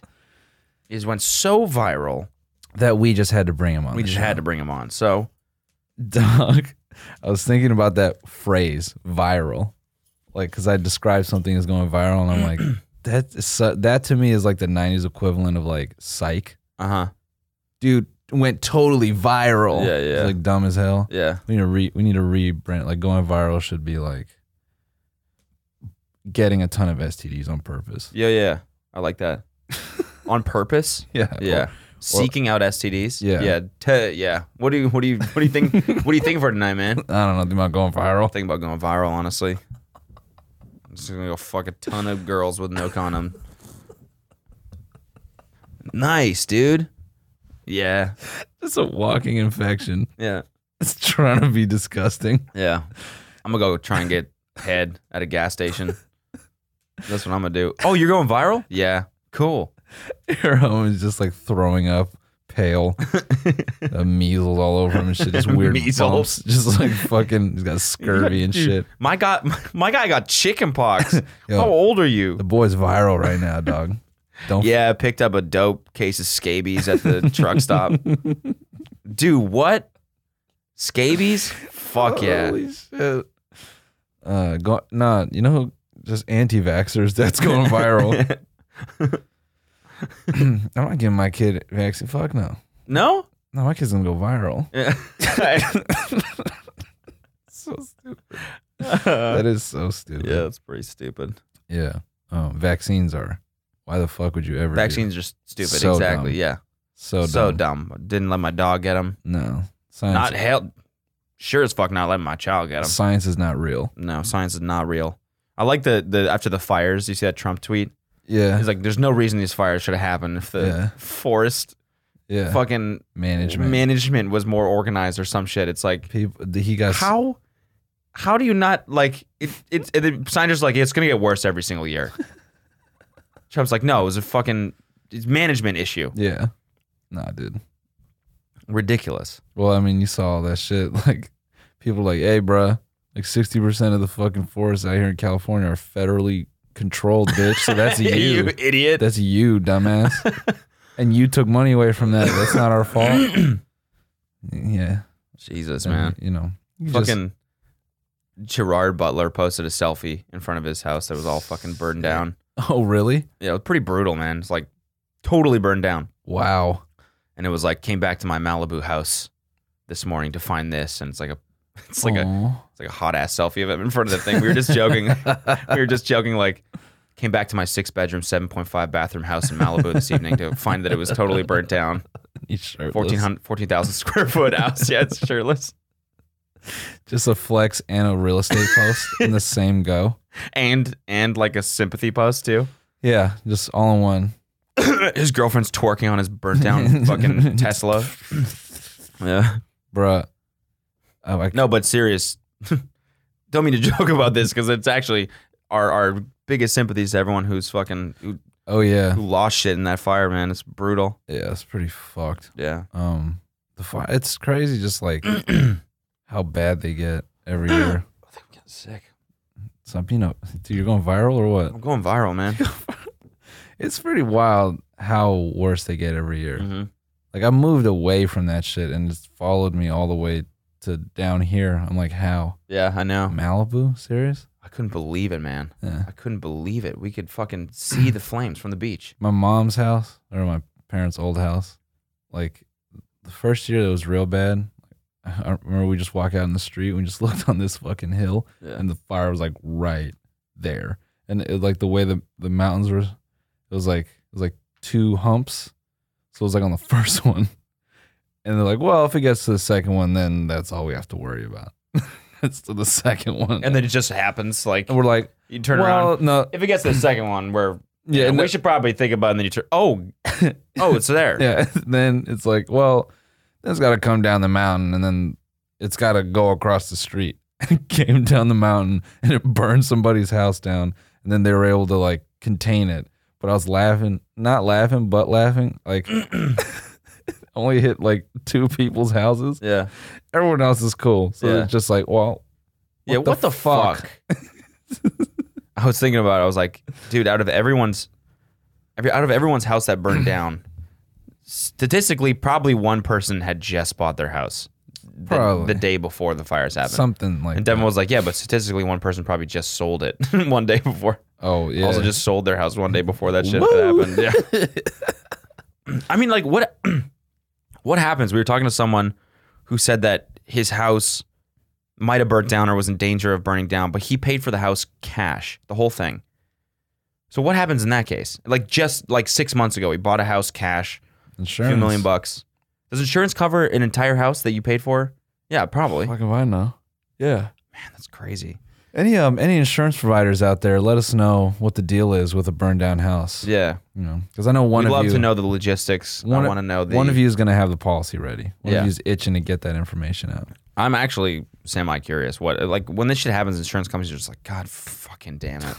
[SPEAKER 1] is went so viral,
[SPEAKER 2] that we just had to bring him on.
[SPEAKER 1] we
[SPEAKER 2] the
[SPEAKER 1] just
[SPEAKER 2] show.
[SPEAKER 1] had to bring him on. So
[SPEAKER 2] Dog, I was thinking about that phrase, viral. like because I describe something as going viral, and I'm like, that is so, that to me is like the '90s equivalent of like Psych,
[SPEAKER 1] Uh huh.
[SPEAKER 2] dude went totally viral.
[SPEAKER 1] Yeah,
[SPEAKER 2] It's,
[SPEAKER 1] yeah.
[SPEAKER 2] like dumb as hell.
[SPEAKER 1] Yeah.
[SPEAKER 2] We need to re we need to rebrand. Like going viral should be like getting a ton of STDs on purpose.
[SPEAKER 1] Yeah, yeah. I like that. On purpose?
[SPEAKER 2] Yeah,
[SPEAKER 1] Yeah. Seeking out STDs.
[SPEAKER 2] Yeah.
[SPEAKER 1] Yeah. Te- yeah. What do you what do you what do you think what do you think for tonight, man?
[SPEAKER 2] I don't know think about going viral.
[SPEAKER 1] Think about going viral, honestly. I'm just gonna go fuck a ton of girls with no condom. Nice, dude. Yeah.
[SPEAKER 2] It's a walking infection.
[SPEAKER 1] Yeah.
[SPEAKER 2] It's trying to be disgusting.
[SPEAKER 1] Yeah. I'm gonna go try and get head at a gas station. That's what I'm gonna do. Oh, you're going viral? Yeah. Cool.
[SPEAKER 2] Your home is just like throwing up, pale, uh, measles all over him and shit. Just weird
[SPEAKER 1] Measles.
[SPEAKER 2] bumps. Just like fucking, he's got scurvy and
[SPEAKER 1] Dude,
[SPEAKER 2] shit.
[SPEAKER 1] My guy, my guy got chicken pox.
[SPEAKER 2] Yo.
[SPEAKER 1] How old are you?
[SPEAKER 2] The boy's viral right now, dog. Don't
[SPEAKER 1] Yeah, I picked up a dope case of scabies at the truck stop. Dude, what? Scabies? Fuck yeah.
[SPEAKER 2] Holy shit. Uh, go, nah, you know who? Just anti-vaxxers. That's going viral. I'm not giving my kid vaccine. Fuck no.
[SPEAKER 1] No?
[SPEAKER 2] No, my kid's gonna go viral.
[SPEAKER 1] yeah,
[SPEAKER 2] So stupid.
[SPEAKER 1] Uh,
[SPEAKER 2] That is so stupid.
[SPEAKER 1] that's pretty stupid.
[SPEAKER 2] Yeah. Um, vaccines are. Why the fuck would you ever? do-
[SPEAKER 1] Vaccines are s- stupid.
[SPEAKER 2] So
[SPEAKER 1] exactly.
[SPEAKER 2] dumb.
[SPEAKER 1] Yeah.
[SPEAKER 2] So dumb.
[SPEAKER 1] So dumb. Didn't let my dog get them.
[SPEAKER 2] No.
[SPEAKER 1] Not
[SPEAKER 2] Science.
[SPEAKER 1] hell. Sure as fuck not letting my child get them.
[SPEAKER 2] science is not real.
[SPEAKER 1] No, science is not real. I like the, the after the fires. You see that Trump tweet?
[SPEAKER 2] Yeah.
[SPEAKER 1] He's like, "There's no reason these fires should have happened if the
[SPEAKER 2] Yeah.
[SPEAKER 1] forest
[SPEAKER 2] yeah.
[SPEAKER 1] fucking
[SPEAKER 2] Management.
[SPEAKER 1] management. was more organized or some shit." It's like,
[SPEAKER 2] People. the- He got. s-
[SPEAKER 1] how how do you not like it? It's it, the Sanders like it's gonna get worse every single year. Trump's like, "No, it was a fucking it's management issue.
[SPEAKER 2] Yeah. Nah, dude.
[SPEAKER 1] Ridiculous."
[SPEAKER 2] Well, I mean, you saw all that shit. Like, people like, hey, bruh, like sixty percent of the fucking forests out here in California are federally controlled, bitch. So that's you.
[SPEAKER 1] you idiot.
[SPEAKER 2] That's you, dumbass. and you took money away from that. That's not our fault. yeah.
[SPEAKER 1] Jesus,
[SPEAKER 2] I mean,
[SPEAKER 1] man.
[SPEAKER 2] You know. you just-
[SPEAKER 1] fucking Gerard Butler posted a selfie in front of his house that was all fucking burned down.
[SPEAKER 2] oh, really?
[SPEAKER 1] Yeah, it was pretty brutal, man. It's like totally burned down.
[SPEAKER 2] Wow.
[SPEAKER 1] And it was like came back to my Malibu house this morning to find this and it's like a it's like a
[SPEAKER 2] Aw.
[SPEAKER 1] it's like a hot ass selfie of him in front of the thing. We were just joking. we were just joking like came back to my six bedroom, seven point five bathroom house in Malibu this evening to find that it was totally burnt down.
[SPEAKER 2] He's shirtless.
[SPEAKER 1] 14,000 14,000 square foot house. Yeah, it's shirtless.
[SPEAKER 2] Just a flex and a real estate post in the same go.
[SPEAKER 1] And and like a sympathy post too.
[SPEAKER 2] Yeah, just all in one.
[SPEAKER 1] his girlfriend's twerking on his burnt down fucking Tesla. Yeah.
[SPEAKER 2] Bruh. Oh, I,
[SPEAKER 1] No, but serious. Don't mean to joke about this because it's actually our our biggest sympathies to everyone who's fucking who,
[SPEAKER 2] oh yeah.
[SPEAKER 1] who lost shit in that fire, man. It's brutal.
[SPEAKER 2] Yeah, it's pretty fucked.
[SPEAKER 1] Yeah.
[SPEAKER 2] Um the fi- it's crazy just like how bad they get every year.
[SPEAKER 1] I think I'm getting sick.
[SPEAKER 2] Some you know, dude, you're going viral or what?
[SPEAKER 1] I'm going viral, man.
[SPEAKER 2] It's pretty wild how worse they get every year.
[SPEAKER 1] hmm
[SPEAKER 2] Like I moved away from that shit and it's followed me all the way to down here. I'm like, how?
[SPEAKER 1] Yeah, I know.
[SPEAKER 2] Malibu? Serious?
[SPEAKER 1] I couldn't believe it, man.
[SPEAKER 2] Yeah.
[SPEAKER 1] I couldn't believe it. We could fucking see the flames from the beach.
[SPEAKER 2] my mom's house or my parents' old house, like the first year that was real bad. I remember we just walk out in the street, we just looked on this fucking hill,
[SPEAKER 1] Yeah.
[SPEAKER 2] and the fire was like right there, and it, like the way the the mountains were, it was like it was like two humps, so it was like on the first one, and they're like, well, if it gets to the second one, then that's all we have to worry about. it's to the second one,
[SPEAKER 1] And then it just happens. Like
[SPEAKER 2] and we're like,
[SPEAKER 1] you turn
[SPEAKER 2] well,
[SPEAKER 1] around.
[SPEAKER 2] no,
[SPEAKER 1] If it gets to the second one, where
[SPEAKER 2] yeah,
[SPEAKER 1] yeah,
[SPEAKER 2] and
[SPEAKER 1] we
[SPEAKER 2] the-
[SPEAKER 1] should probably think about it and then you turn. Oh, oh, it's there.
[SPEAKER 2] Yeah. Then it's like, well, that's got to come down the mountain and then it's got to go across the street. It came down the mountain and it burned somebody's house down. And then they were able to like contain it. But I was laughing, not laughing, but laughing. Like, only hit like two people's houses.
[SPEAKER 1] Yeah.
[SPEAKER 2] Everyone else is cool. So
[SPEAKER 1] Yeah.
[SPEAKER 2] it's just like, well,
[SPEAKER 1] yeah, what the fuck? I was thinking about it. I was like, dude, out of everyone's every out of everyone's house that burned down, statistically probably one person had just bought their house. the,
[SPEAKER 2] Probably.
[SPEAKER 1] the day before the fires happened.
[SPEAKER 2] Something like
[SPEAKER 1] and Devin
[SPEAKER 2] that.
[SPEAKER 1] was like, "Yeah, but statistically, one person probably just sold it one day before.
[SPEAKER 2] Oh yeah.
[SPEAKER 1] Also, just sold their house one day before that shit
[SPEAKER 3] Woo.
[SPEAKER 1] happened." Yeah. I mean, like what? what happens? We were talking to someone who said that his house might have burnt down or was in danger of burning down, but he paid for the house cash, the whole thing. So what happens in that case? Like just like six months ago, he bought a house cash.
[SPEAKER 2] insurance.
[SPEAKER 1] few million bucks. Does insurance cover an entire house that you paid for? Yeah, probably. Man,
[SPEAKER 2] Fuck if I know. Yeah.
[SPEAKER 1] that's crazy.
[SPEAKER 2] Any um any insurance providers out there, let us know what the deal is with a burned down house.
[SPEAKER 1] Yeah,
[SPEAKER 2] You know, because I know one
[SPEAKER 1] we'd
[SPEAKER 2] of
[SPEAKER 1] love
[SPEAKER 2] you.
[SPEAKER 1] to know the logistics.
[SPEAKER 2] one
[SPEAKER 1] I
[SPEAKER 2] of-
[SPEAKER 1] want to know the.
[SPEAKER 2] One of you is going to have the policy ready. One
[SPEAKER 1] Yeah.
[SPEAKER 2] of you is itching to get that information out.
[SPEAKER 1] I'm actually semi curious. What like when this shit happens, insurance companies are just like, God fucking damn it.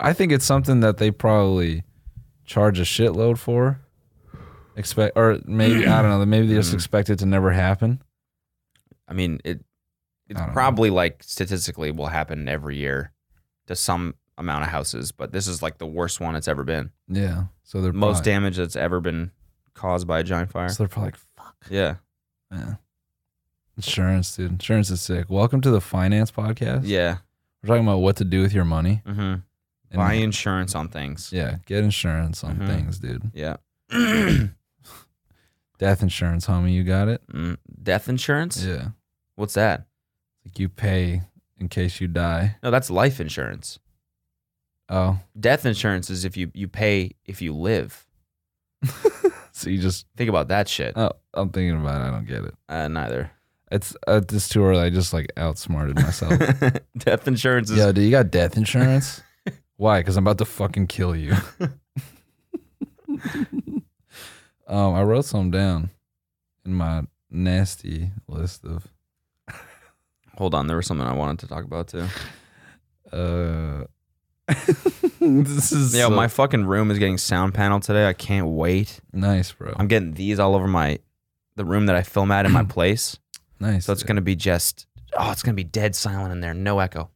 [SPEAKER 2] I think it's something that they probably charge a shitload for. Expect or maybe I don't know. Maybe they just
[SPEAKER 1] Mm.
[SPEAKER 2] expect it to never happen.
[SPEAKER 1] I mean, it it's
[SPEAKER 2] I don't know.
[SPEAKER 1] probably like statistically will happen every year to some amount of houses, but this is like the worst one it's ever been.
[SPEAKER 2] Yeah. So they're
[SPEAKER 1] Most
[SPEAKER 2] probably,
[SPEAKER 1] damage that's ever been caused by a giant fire.
[SPEAKER 2] So they're probably like, fuck.
[SPEAKER 1] Yeah,
[SPEAKER 2] Man. Insurance, dude. Insurance is sick. Welcome to the finance podcast.
[SPEAKER 1] yeah.
[SPEAKER 2] We're talking about what to do with your money.
[SPEAKER 1] hmm
[SPEAKER 2] And-
[SPEAKER 1] Buy insurance on things.
[SPEAKER 2] Yeah, get insurance on
[SPEAKER 1] Mhm.
[SPEAKER 2] things, dude.
[SPEAKER 1] Yeah.
[SPEAKER 2] Death insurance, homie. You got it?
[SPEAKER 1] Mm, death insurance?
[SPEAKER 2] Yeah.
[SPEAKER 1] What's that?
[SPEAKER 2] Like you pay in case you die.
[SPEAKER 1] No, that's life insurance.
[SPEAKER 2] Oh.
[SPEAKER 1] Death insurance is if you you pay if you live.
[SPEAKER 2] So you just
[SPEAKER 1] Think about that shit.
[SPEAKER 2] oh, I'm thinking about it. I don't get it.
[SPEAKER 1] Uh, neither.
[SPEAKER 2] It's uh, it's too early. I just like outsmarted myself.
[SPEAKER 1] death insurance is
[SPEAKER 2] Yo, dude, you got death insurance? Why? Because I'm about to fucking kill you. um, I wrote some down in my nasty list of
[SPEAKER 1] Hold on, there was something I wanted to talk about too.
[SPEAKER 2] uh. this is
[SPEAKER 1] Yeah,
[SPEAKER 2] so
[SPEAKER 1] my fucking room is getting sound panel today. I can't wait.
[SPEAKER 2] nice, bro.
[SPEAKER 1] I'm getting these all over my the room that I film at in my place.
[SPEAKER 2] nice.
[SPEAKER 1] So it's
[SPEAKER 2] dude.
[SPEAKER 1] gonna be just oh, it's gonna be dead silent in there, no echo.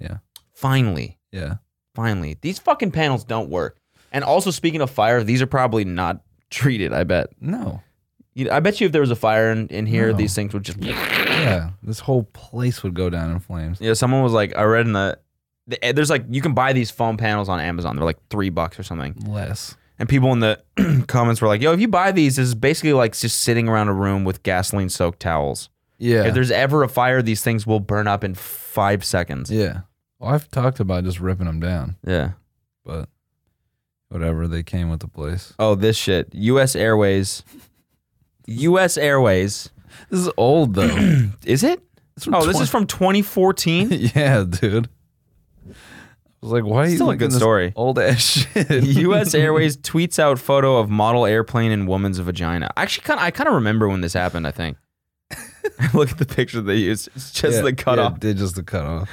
[SPEAKER 2] Yeah.
[SPEAKER 1] Finally.
[SPEAKER 2] yeah.
[SPEAKER 1] finally these fucking panels don't work and also speaking of fire these are probably not treated i bet
[SPEAKER 2] No.
[SPEAKER 1] you, i bet you if there was a fire in, in here
[SPEAKER 2] No.
[SPEAKER 1] these things would just
[SPEAKER 2] Yeah, this whole place would go down in flames.
[SPEAKER 1] yeah someone was like i read in the, the eh, there's like you can buy these foam panels on amazon they're like three bucks or something
[SPEAKER 2] Less.
[SPEAKER 1] and people in the comments were like yo if you buy these this is basically like just sitting around a room with gasoline soaked towels
[SPEAKER 2] Yeah.
[SPEAKER 1] if there's ever a fire these things will burn up in five seconds
[SPEAKER 2] Yeah. Well, I've talked about just ripping them down,
[SPEAKER 1] yeah.
[SPEAKER 2] but whatever. They came with the place.
[SPEAKER 1] oh this shit us airways us airways
[SPEAKER 2] This is old though.
[SPEAKER 1] is it
[SPEAKER 2] It's from
[SPEAKER 1] Oh, this
[SPEAKER 2] 20
[SPEAKER 1] is from 2014.
[SPEAKER 2] yeah, dude. I was like, why are you
[SPEAKER 1] Still a
[SPEAKER 2] looking
[SPEAKER 1] good
[SPEAKER 2] this
[SPEAKER 1] story.
[SPEAKER 2] Old ass shit.
[SPEAKER 1] U.S. Airways tweets out photo of model airplane and woman's vagina. Actually, kind I kind of remember when this happened. I think. Look at the picture they used. It's just
[SPEAKER 2] Yeah,
[SPEAKER 1] the cutoff.
[SPEAKER 2] Yeah, did just the cutoff.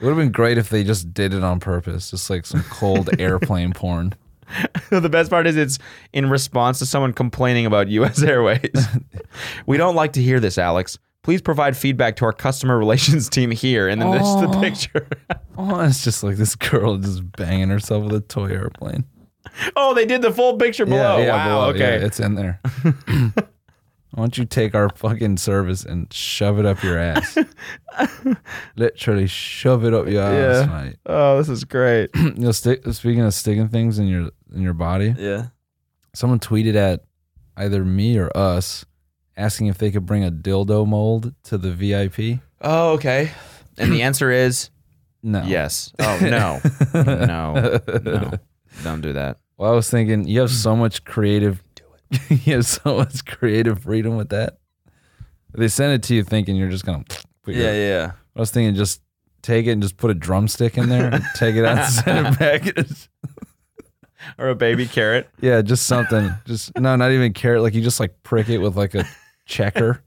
[SPEAKER 2] It would have been great if they just did it on purpose, just like some cold airplane porn.
[SPEAKER 1] the best part is it's in response to someone complaining about U.S. Airways. we don't like to hear this, Alex. Please provide feedback to our customer relations team here. And then there's the
[SPEAKER 2] Oh.
[SPEAKER 1] picture.
[SPEAKER 2] Oh, it's just like this girl just banging herself with a toy airplane.
[SPEAKER 1] oh, they did the full picture below. wow.
[SPEAKER 2] below. Yeah,
[SPEAKER 1] okay.
[SPEAKER 2] it's in there. Why don't you take our fucking service and shove it up your ass? Literally shove it up your
[SPEAKER 1] Yeah.
[SPEAKER 2] ass, mate.
[SPEAKER 1] oh, this is great.
[SPEAKER 2] you know, stick, speaking of sticking things in your in your body,
[SPEAKER 1] yeah.
[SPEAKER 2] someone tweeted at either me or us asking if they could bring a dildo mold to the VIP.
[SPEAKER 1] Oh, okay. And the answer is
[SPEAKER 2] No.
[SPEAKER 1] Yes. Oh no. no. No. Don't do that.
[SPEAKER 2] Well, I was thinking you have
[SPEAKER 1] Hmm.
[SPEAKER 2] so much creative. you have so much creative freedom with that. They send it to you thinking you're just gonna. Put your,
[SPEAKER 1] yeah.
[SPEAKER 2] I was thinking just take it and just put a drumstick in there, and take it out, and send it back.
[SPEAKER 1] Or a baby carrot.
[SPEAKER 2] Yeah, just something. just no, not even carrot. Like you just like prick it with like a checker.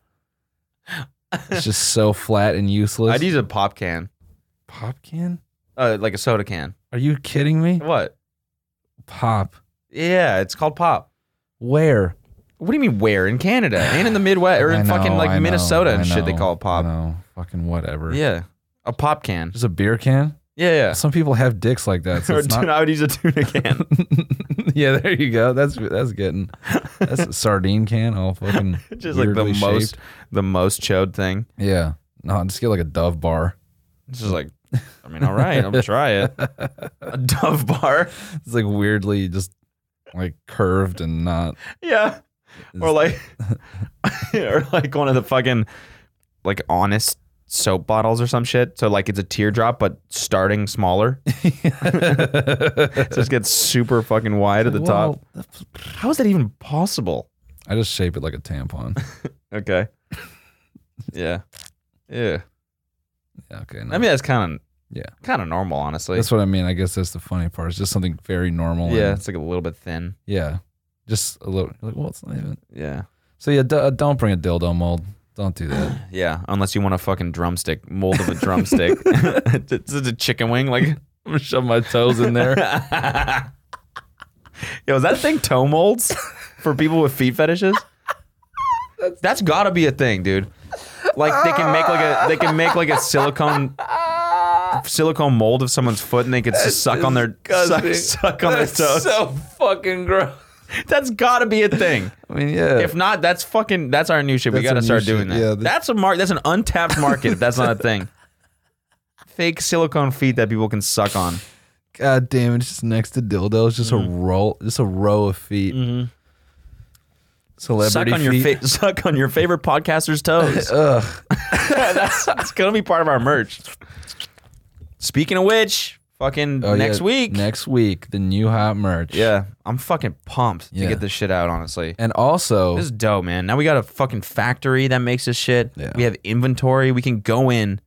[SPEAKER 2] It's just so flat and useless.
[SPEAKER 1] I'd use a pop can,
[SPEAKER 2] pop can?
[SPEAKER 1] uh, like a soda can.
[SPEAKER 2] Are you kidding me?
[SPEAKER 1] What?
[SPEAKER 2] Pop.
[SPEAKER 1] Yeah, it's called pop.
[SPEAKER 2] Where?
[SPEAKER 1] What do you mean where in Canada and in the Midwest or
[SPEAKER 2] I
[SPEAKER 1] in
[SPEAKER 2] know,
[SPEAKER 1] fucking
[SPEAKER 2] I
[SPEAKER 1] like
[SPEAKER 2] know,
[SPEAKER 1] Minnesota and
[SPEAKER 2] I
[SPEAKER 1] shit? They
[SPEAKER 2] know,
[SPEAKER 1] call it
[SPEAKER 2] I
[SPEAKER 1] pop.
[SPEAKER 2] know. Fucking whatever.
[SPEAKER 1] Yeah, a pop can.
[SPEAKER 2] Just a beer can?
[SPEAKER 1] Yeah, yeah.
[SPEAKER 2] Some people have dicks like that. So
[SPEAKER 1] Or
[SPEAKER 2] it's
[SPEAKER 1] tuna-
[SPEAKER 2] not,
[SPEAKER 1] I would use a tuna can.
[SPEAKER 2] yeah, there you go. That's that's getting that's a sardine can. All fucking
[SPEAKER 1] Just like the
[SPEAKER 2] weirdly
[SPEAKER 1] most
[SPEAKER 2] shaped.
[SPEAKER 1] the most chode thing.
[SPEAKER 2] Yeah. No, just get like a Dove bar.
[SPEAKER 1] It's just like I mean, all right, I'll try it. A dove bar.
[SPEAKER 2] It's like weirdly just like curved and not.
[SPEAKER 1] Yeah. Or
[SPEAKER 2] Is-
[SPEAKER 1] like or like one of the fucking like honest soap bottles or some shit. So like it's a teardrop but starting smaller. It just gets super fucking wide at the top.
[SPEAKER 2] Well,
[SPEAKER 1] How is that even possible?
[SPEAKER 2] I just shape it like a tampon.
[SPEAKER 1] Okay. Yeah. Yeah.
[SPEAKER 2] Yeah, okay.
[SPEAKER 1] I mean that's kind of
[SPEAKER 2] Yeah.
[SPEAKER 1] kind of normal honestly.
[SPEAKER 2] that's what I mean. I guess that's the funny part. It's just something very normal. and-
[SPEAKER 1] yeah, it's like a little bit thin.
[SPEAKER 2] yeah. Just a little. Like, well, it's not even.
[SPEAKER 1] Yeah.
[SPEAKER 2] So yeah, d- uh, don't bring a dildo mold. Don't do that.
[SPEAKER 1] Yeah, unless you want a fucking drumstick mold of a drumstick. this is a chicken wing like
[SPEAKER 2] I'm gonna shove my toes in there.
[SPEAKER 1] Yo, is that thing toe molds for people with feet fetishes? That's gotta be a thing, dude. Like they can make like a they can make like a silicone silicone mold of someone's foot and they could just suck on their suck,
[SPEAKER 2] disgusting.
[SPEAKER 1] suck on their toes.
[SPEAKER 2] so fucking gross.
[SPEAKER 1] that's gotta be a thing.
[SPEAKER 2] I mean, yeah.
[SPEAKER 1] If not, that's fucking that's our new shit. We
[SPEAKER 2] That's
[SPEAKER 1] gotta
[SPEAKER 2] our new
[SPEAKER 1] start
[SPEAKER 2] shit,
[SPEAKER 1] doing that.
[SPEAKER 2] yeah, that-
[SPEAKER 1] that's a mark that's an untapped market if that's not a thing. Fake silicone feet that people can suck on.
[SPEAKER 2] God damn, it's just next to dildos, just
[SPEAKER 1] Mm-hmm.
[SPEAKER 2] a roll, just a row of feet.
[SPEAKER 1] Suck
[SPEAKER 2] Celebrity
[SPEAKER 1] on your
[SPEAKER 2] feet.
[SPEAKER 1] fa- suck on your favorite podcaster's toes.
[SPEAKER 2] Ugh.
[SPEAKER 1] that's, that's gonna be part of our merch. Speaking of which, fucking
[SPEAKER 2] Oh,
[SPEAKER 1] next
[SPEAKER 2] yeah,
[SPEAKER 1] week.
[SPEAKER 2] Next week, the new hot merch.
[SPEAKER 1] yeah, I'm fucking pumped to
[SPEAKER 2] Yeah.
[SPEAKER 1] get this shit out. Honestly,
[SPEAKER 2] And also,
[SPEAKER 1] this is dope, man. Now we got a fucking factory that makes this shit.
[SPEAKER 2] Yeah.
[SPEAKER 1] We have inventory. We can go in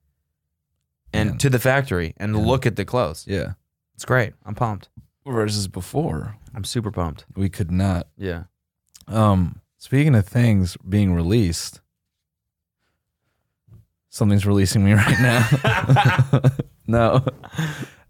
[SPEAKER 1] and
[SPEAKER 2] Man.
[SPEAKER 1] to the factory and look at the clothes.
[SPEAKER 2] yeah.
[SPEAKER 1] It's great. I'm pumped.
[SPEAKER 2] Versus before,
[SPEAKER 1] I'm super pumped.
[SPEAKER 2] we could not.
[SPEAKER 1] Yeah.
[SPEAKER 2] Um, speaking of things being released, something's releasing me right now. no.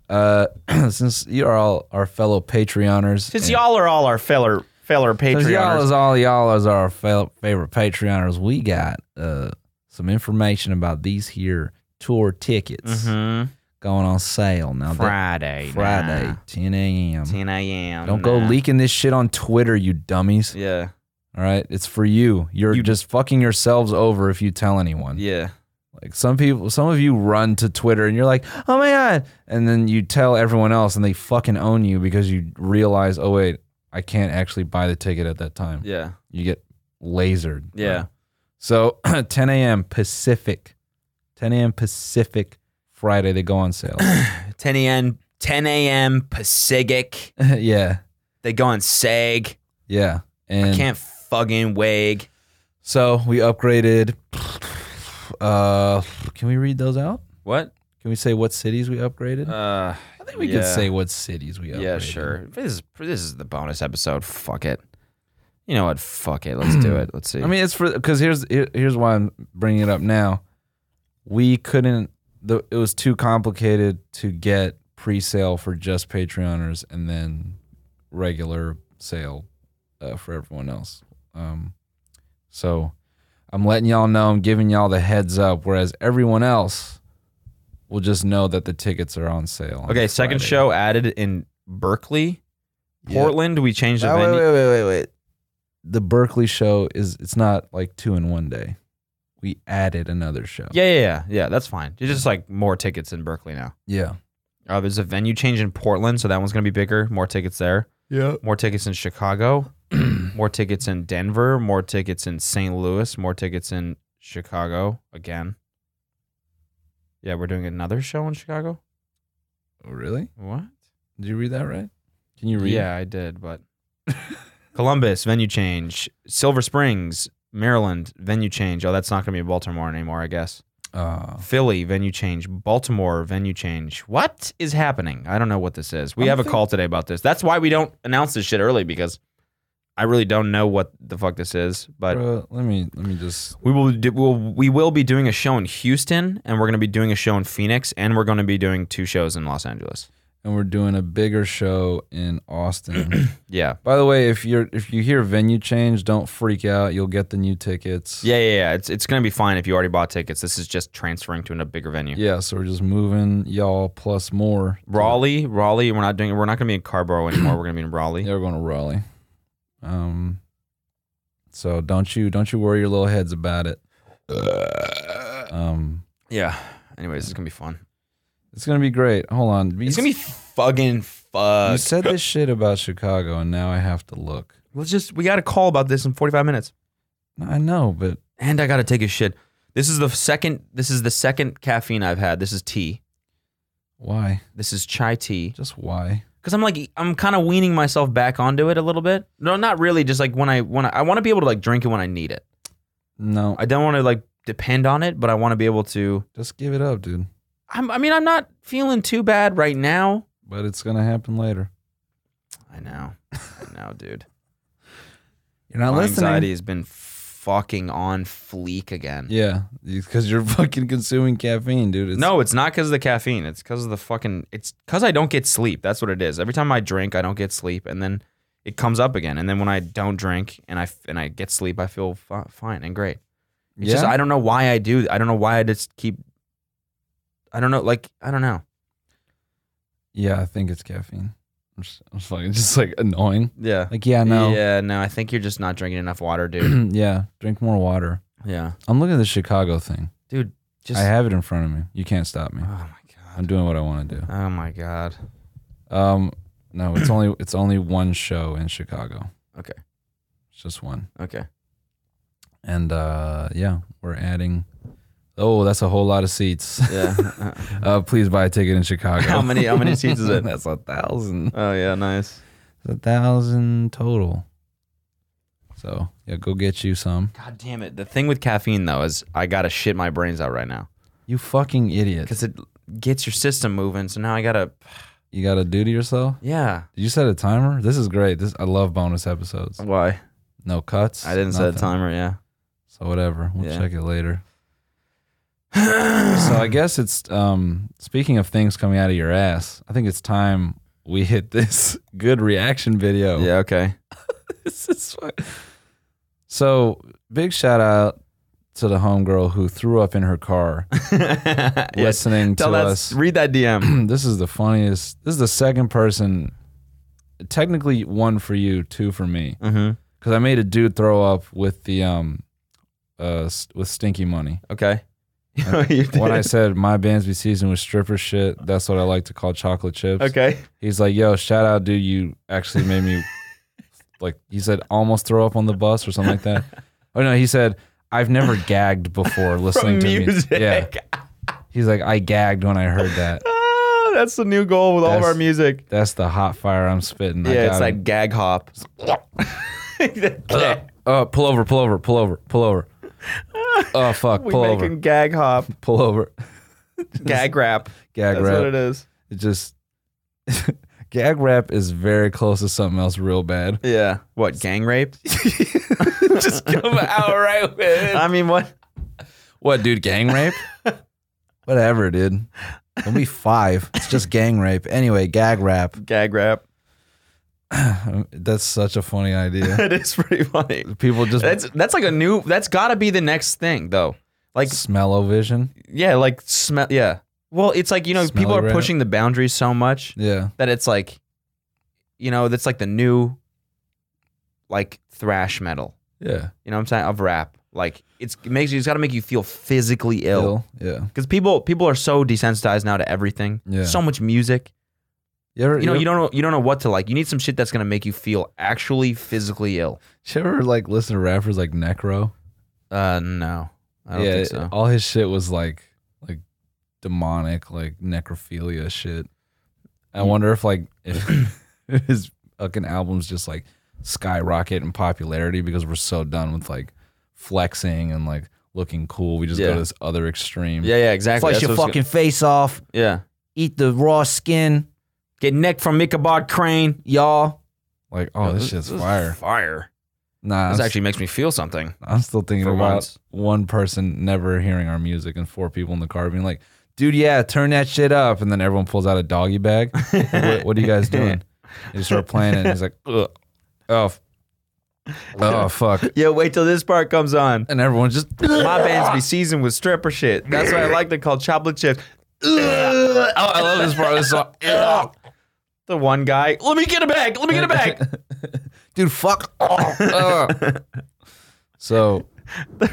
[SPEAKER 2] Uh, since you are all our fellow Patreoners.
[SPEAKER 1] Since
[SPEAKER 2] and-
[SPEAKER 1] y'all are all our feller feller
[SPEAKER 2] Since y'all
[SPEAKER 1] Patreoners.
[SPEAKER 2] is all y'all is our fel- favorite Patreoners, we got uh, some information about these here tour tickets
[SPEAKER 1] Mhm.
[SPEAKER 2] going on sale now. that-
[SPEAKER 1] Friday.
[SPEAKER 2] Friday,
[SPEAKER 1] nah.
[SPEAKER 2] 10 a.m.
[SPEAKER 1] 10 a.m.
[SPEAKER 2] Um, Don't go
[SPEAKER 1] nah.
[SPEAKER 2] leaking this shit on Twitter, you dummies.
[SPEAKER 1] Yeah.
[SPEAKER 2] All right, it's for you. You're
[SPEAKER 1] You-
[SPEAKER 2] just fucking yourselves over if you tell anyone.
[SPEAKER 1] Yeah.
[SPEAKER 2] Like some people, some of you run to Twitter and you're like, oh my God. And then you tell everyone else and they fucking own you because you realize, oh wait, I can't actually buy the ticket at that time.
[SPEAKER 1] Yeah.
[SPEAKER 2] You get lasered.
[SPEAKER 1] Yeah.
[SPEAKER 2] So 10 a.m. Pacific, 10 a.m. Pacific Friday, they go on sale.
[SPEAKER 1] 10 a.m. 10 a.m. Pacific.
[SPEAKER 2] yeah.
[SPEAKER 1] They go on sag.
[SPEAKER 2] Yeah. And
[SPEAKER 1] Can't fucking wag.
[SPEAKER 2] so we upgraded. Uh, can we read those out?
[SPEAKER 1] What?
[SPEAKER 2] Can we say what cities we upgraded?
[SPEAKER 1] Uh,
[SPEAKER 2] I think we
[SPEAKER 1] yeah.
[SPEAKER 2] can say what cities we upgraded.
[SPEAKER 1] Yeah, sure. This is this is the bonus episode. Fuck it. You know what? Fuck it. Let's do it. Let's see.
[SPEAKER 2] I mean, it's for because here's here, here's why I'm bringing it up now. We couldn't. The, it was too complicated to get pre-sale for just Patreoners and then regular sale uh, for everyone else. Um, so I'm letting y'all know. I'm giving y'all the heads up. Whereas everyone else will just know that the tickets are on sale. on
[SPEAKER 1] okay, second
[SPEAKER 2] Friday.
[SPEAKER 1] show added in Berkeley,
[SPEAKER 2] Yeah.
[SPEAKER 1] Portland. We changed the
[SPEAKER 3] Oh, wait,
[SPEAKER 1] venue.
[SPEAKER 3] wait, wait, wait, wait.
[SPEAKER 2] The Berkeley show is. It's not like two in one day. We added another show.
[SPEAKER 1] Yeah, yeah, yeah, yeah. That's fine. It's just like more tickets in Berkeley now.
[SPEAKER 2] Yeah.
[SPEAKER 1] Uh, there's a venue change in Portland, so that one's gonna be bigger. More tickets there.
[SPEAKER 2] Yeah.
[SPEAKER 1] more tickets in Chicago, more tickets in Denver, more tickets in St. Louis, more tickets in Chicago again. Yeah, we're doing another show in Chicago.
[SPEAKER 2] Oh, Really?
[SPEAKER 1] What?
[SPEAKER 2] Did you read that right? Can you read?
[SPEAKER 1] Yeah, I did, but Columbus venue change, Silver Springs, Maryland venue change. Oh, that's not going to be Baltimore anymore, I guess.
[SPEAKER 2] Uh,
[SPEAKER 1] Philly venue change, Baltimore venue change. What is happening? I don't know what this is. We
[SPEAKER 2] I'm
[SPEAKER 1] have a
[SPEAKER 2] think-
[SPEAKER 1] call today about this. That's why we don't announce this shit early because I really don't know what the fuck this is. But
[SPEAKER 2] bro, let me let me just.
[SPEAKER 1] we will do, we'll, we will be doing a show in Houston, and we're going to be doing a show in Phoenix, and we're going to be doing two shows in Los Angeles.
[SPEAKER 2] and we're doing a bigger show in Austin.
[SPEAKER 1] Yeah.
[SPEAKER 2] By the way, if you're if you hear venue change, don't freak out. You'll get the new tickets.
[SPEAKER 1] Yeah, yeah, yeah. It's it's gonna be fine if you already bought tickets. This is just transferring to a bigger venue.
[SPEAKER 2] Yeah, so we're just moving y'all plus more.
[SPEAKER 1] Raleigh, Raleigh. We're not doing. We're not gonna be in Carborough anymore. we're gonna be in Raleigh.
[SPEAKER 2] Yeah, we're going to Raleigh. Um so don't you don't you worry your little heads about it. Um
[SPEAKER 1] Yeah. Anyways, it's gonna be fun.
[SPEAKER 2] it's gonna be great. Hold on.
[SPEAKER 1] It's gonna be fucking
[SPEAKER 2] you
[SPEAKER 1] fuck.
[SPEAKER 2] said this shit about Chicago and now I have to look.
[SPEAKER 1] Let's just. We got a call about this in 45 minutes.
[SPEAKER 2] I know, but
[SPEAKER 1] and I gotta take a shit. This is the second. This is the second caffeine I've had. This is tea.
[SPEAKER 2] why?
[SPEAKER 1] This is chai tea.
[SPEAKER 2] Just why?
[SPEAKER 1] Cause I'm like I'm kind of weaning myself back onto it a little bit. No, not really. Just like when I when I, I want to be able to like drink it when I need it.
[SPEAKER 2] No.
[SPEAKER 1] I don't want to like depend on it, but I want to be able to.
[SPEAKER 2] Just give it up, dude.
[SPEAKER 1] I'm, I mean, I'm not feeling too bad right now.
[SPEAKER 2] But it's gonna happen later.
[SPEAKER 1] I know. I know, dude.
[SPEAKER 3] You're not
[SPEAKER 1] My
[SPEAKER 3] listening.
[SPEAKER 1] anxiety has been fucking on fleek again.
[SPEAKER 2] Yeah, because you're fucking consuming caffeine, dude. It's,
[SPEAKER 1] No, it's not because of the caffeine. It's because of the fucking. It's because I don't get sleep. That's what it is. Every time I drink, I don't get sleep, and then it comes up again. And then when I don't drink and I f- and I get sleep, I feel fi- fine and great. It's
[SPEAKER 2] yeah.
[SPEAKER 1] just I don't know why I do. I don't know why I just keep. I don't know. Like I don't know.
[SPEAKER 2] yeah, I think it's caffeine. I'm just, I'm fucking just like annoying.
[SPEAKER 1] Yeah.
[SPEAKER 2] Like, yeah, no, yeah.
[SPEAKER 1] Yeah. No, I think you're just not drinking enough water, dude.
[SPEAKER 2] drink more water.
[SPEAKER 1] yeah.
[SPEAKER 2] I'm looking at the Chicago thing.
[SPEAKER 1] Dude, just.
[SPEAKER 2] I have it in front of me. You can't stop me.
[SPEAKER 1] oh my
[SPEAKER 2] I'm
[SPEAKER 1] god.
[SPEAKER 2] doing what I want to do.
[SPEAKER 1] Oh my god.
[SPEAKER 2] Um, no, it's only it's only one show in Chicago.
[SPEAKER 1] Okay.
[SPEAKER 2] It's just one,
[SPEAKER 1] Okay.
[SPEAKER 2] and uh, yeah, we're adding. Oh, that's a whole lot of seats.
[SPEAKER 1] Yeah.
[SPEAKER 2] Uh, please buy a ticket in Chicago.
[SPEAKER 1] how many? How many seats is it?
[SPEAKER 2] that's a thousand.
[SPEAKER 1] Oh yeah, nice.
[SPEAKER 2] a thousand total. So yeah, go get you some.
[SPEAKER 1] God damn it. The thing with caffeine though is I gotta shit my brains out right now.
[SPEAKER 2] You fucking idiot!
[SPEAKER 1] Because it gets your system moving, so now I gotta
[SPEAKER 2] You got to do to yourself.
[SPEAKER 1] Yeah.
[SPEAKER 2] Did you set a timer? This is great. This I love bonus episodes.
[SPEAKER 1] Why?
[SPEAKER 2] No cuts.
[SPEAKER 1] I didn't set a
[SPEAKER 2] nothing.
[SPEAKER 1] timer, yeah.
[SPEAKER 2] So whatever. We'll
[SPEAKER 1] Yeah.
[SPEAKER 2] check it later. so I guess it's um speaking of things coming out of your ass. I think it's time we hit this good reaction video.
[SPEAKER 1] Yeah, okay.
[SPEAKER 2] this is fu- so big shout out to the homegirl who threw up in her car
[SPEAKER 1] yes.
[SPEAKER 2] listening
[SPEAKER 1] Tell
[SPEAKER 2] to
[SPEAKER 1] that
[SPEAKER 2] us.
[SPEAKER 1] read that DM.
[SPEAKER 2] this is the funniest. This is the second person, technically one for you, two for me,
[SPEAKER 1] mm-hmm.
[SPEAKER 2] because I made a dude throw up with the um, uh, s- with stinky money.
[SPEAKER 1] Okay. You
[SPEAKER 2] When I
[SPEAKER 1] did.
[SPEAKER 2] said my bands be seasoned with stripper shit, that's what I like to call chocolate chips.
[SPEAKER 1] Okay.
[SPEAKER 2] He's like, "Yo, shout out, dude! You actually made me like." He said, "Almost throw up on the bus" or something like that. Oh no, he said, "I've never gagged before listening
[SPEAKER 1] From
[SPEAKER 2] to music."
[SPEAKER 1] music.
[SPEAKER 2] Yeah, he's like, "I gagged when I heard that."
[SPEAKER 1] Ah, that's the new goal with all of
[SPEAKER 2] That's-
[SPEAKER 1] our music.
[SPEAKER 2] That's the hot fire I'm spitting. I
[SPEAKER 1] Yeah, it's
[SPEAKER 2] got it.
[SPEAKER 1] like gag hop.
[SPEAKER 2] Uh, uh, pull over, pull over, pull over, pull over. Oh fuck,
[SPEAKER 1] we
[SPEAKER 2] pull over,
[SPEAKER 1] making gag hop,
[SPEAKER 2] pull over.
[SPEAKER 1] gag rap.
[SPEAKER 2] Gag
[SPEAKER 1] That's
[SPEAKER 2] rap.
[SPEAKER 1] what it
[SPEAKER 2] It,
[SPEAKER 1] is.
[SPEAKER 2] just gag rap is very close to something else real bad.
[SPEAKER 1] Yeah. What, gang rape?
[SPEAKER 2] just come out right with.
[SPEAKER 1] I mean, what?
[SPEAKER 2] What, dude? Gang rape?
[SPEAKER 3] Whatever, dude. Don't be five. It's just gang rape. Anyway, gag rap.
[SPEAKER 1] Gag rap.
[SPEAKER 2] That's such a funny idea.
[SPEAKER 1] That is pretty funny.
[SPEAKER 2] People just
[SPEAKER 1] That's that's like a new. That's got to be the next thing, though. Like
[SPEAKER 2] smell o vision.
[SPEAKER 1] yeah, like smell. Yeah. Well, it's like you know
[SPEAKER 2] Smell
[SPEAKER 1] people
[SPEAKER 2] it
[SPEAKER 1] are
[SPEAKER 2] right up.
[SPEAKER 1] pushing the boundaries so much
[SPEAKER 2] Yeah,
[SPEAKER 1] that it's like, you know, that's like the new, like thrash metal.
[SPEAKER 2] yeah.
[SPEAKER 1] You know what I'm saying? Of rap. Like it's it makes you. It's got to make you feel physically ill
[SPEAKER 2] Ill. Yeah.
[SPEAKER 1] because people people are so desensitized now to everything.
[SPEAKER 2] Yeah.
[SPEAKER 1] So much music.
[SPEAKER 2] You ever,
[SPEAKER 1] You know you don't know you don't know what to like. You need some shit that's gonna make you feel actually physically ill.
[SPEAKER 2] you ever like listen to rappers like Necro?
[SPEAKER 1] Uh, no. I don't think so.
[SPEAKER 2] all his shit was like like demonic, like necrophilia shit. I
[SPEAKER 1] Mm.
[SPEAKER 2] wonder if like if his fucking albums just like skyrocket in popularity because we're so done with like flexing and like looking cool. We just go
[SPEAKER 1] Yeah.
[SPEAKER 2] to this other extreme.
[SPEAKER 1] Yeah, yeah, exactly.
[SPEAKER 3] Slice
[SPEAKER 1] That's
[SPEAKER 3] your
[SPEAKER 1] what I was
[SPEAKER 3] fucking face off.
[SPEAKER 1] gonna- yeah.
[SPEAKER 3] Eat the raw skin,
[SPEAKER 1] Get neck from Ichabod Crane.
[SPEAKER 3] y'all.
[SPEAKER 2] Like, oh, this, shit's fire.
[SPEAKER 1] Fire.
[SPEAKER 2] Nah,
[SPEAKER 1] This
[SPEAKER 2] I'm,
[SPEAKER 1] actually makes me feel something.
[SPEAKER 2] I'm still thinking
[SPEAKER 1] for
[SPEAKER 2] about
[SPEAKER 1] once.
[SPEAKER 2] one person never hearing our music and four people in the car being like, dude, yeah, turn that shit up. And then everyone pulls out a doggy bag. Like, what, what are you guys doing? They just start playing it. And he's like, Ugh. oh, f- oh, fuck.
[SPEAKER 1] Yo, wait till this part comes on.
[SPEAKER 2] And everyone just,
[SPEAKER 1] My bands be seasoned with stripper shit. That's why I like to call chocolate chips. Ugh.
[SPEAKER 2] oh, I love this part of the song. Ugh.
[SPEAKER 1] The one guy, let me get a bag. Let me get a bag.
[SPEAKER 3] Dude, fuck off.
[SPEAKER 2] Ugh. So, wait,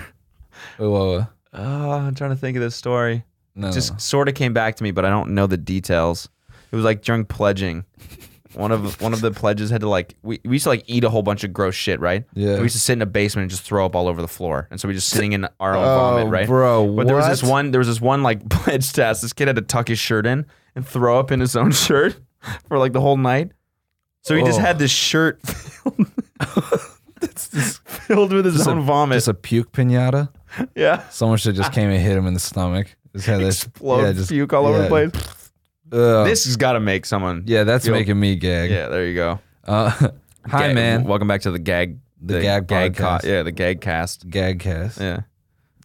[SPEAKER 2] whoa, whoa.
[SPEAKER 1] Oh, I'm trying to think of this story.
[SPEAKER 2] No.
[SPEAKER 1] Just sort of came back to me, but I don't know the details. It was like during pledging. One of one of the pledges had to like we, we used to like eat a whole bunch of gross shit, right?
[SPEAKER 2] Yeah.
[SPEAKER 1] We used to sit in a basement and just throw up all over the floor, and so we just sitting in our own
[SPEAKER 2] Oh,
[SPEAKER 1] vomit, right?
[SPEAKER 2] bro,
[SPEAKER 1] But there was this
[SPEAKER 2] what?
[SPEAKER 1] one there was this one like pledge test. This kid had to tuck his shirt in and throw up in his own shirt for like the whole night. So he just
[SPEAKER 2] Oh.
[SPEAKER 1] had this shirt filled, filled with his
[SPEAKER 2] just a-
[SPEAKER 1] own vomit.
[SPEAKER 2] Just a puke pinata.
[SPEAKER 1] yeah.
[SPEAKER 2] Someone should just came and hit him in the stomach. Just had this
[SPEAKER 1] Ah. Explode
[SPEAKER 2] yeah, just-
[SPEAKER 1] puke all over
[SPEAKER 2] yeah. Oh.
[SPEAKER 1] the place.
[SPEAKER 2] Ugh.
[SPEAKER 1] This has got to make someone.
[SPEAKER 2] yeah, that's
[SPEAKER 1] Yo.
[SPEAKER 2] making me gag.
[SPEAKER 1] Yeah, there you go.
[SPEAKER 2] Uh, hi,
[SPEAKER 1] Gag-
[SPEAKER 2] man.
[SPEAKER 1] Welcome back to the gag.
[SPEAKER 2] The gag podcast.
[SPEAKER 1] co- yeah, the gag cast.
[SPEAKER 2] Gag cast.
[SPEAKER 1] Yeah.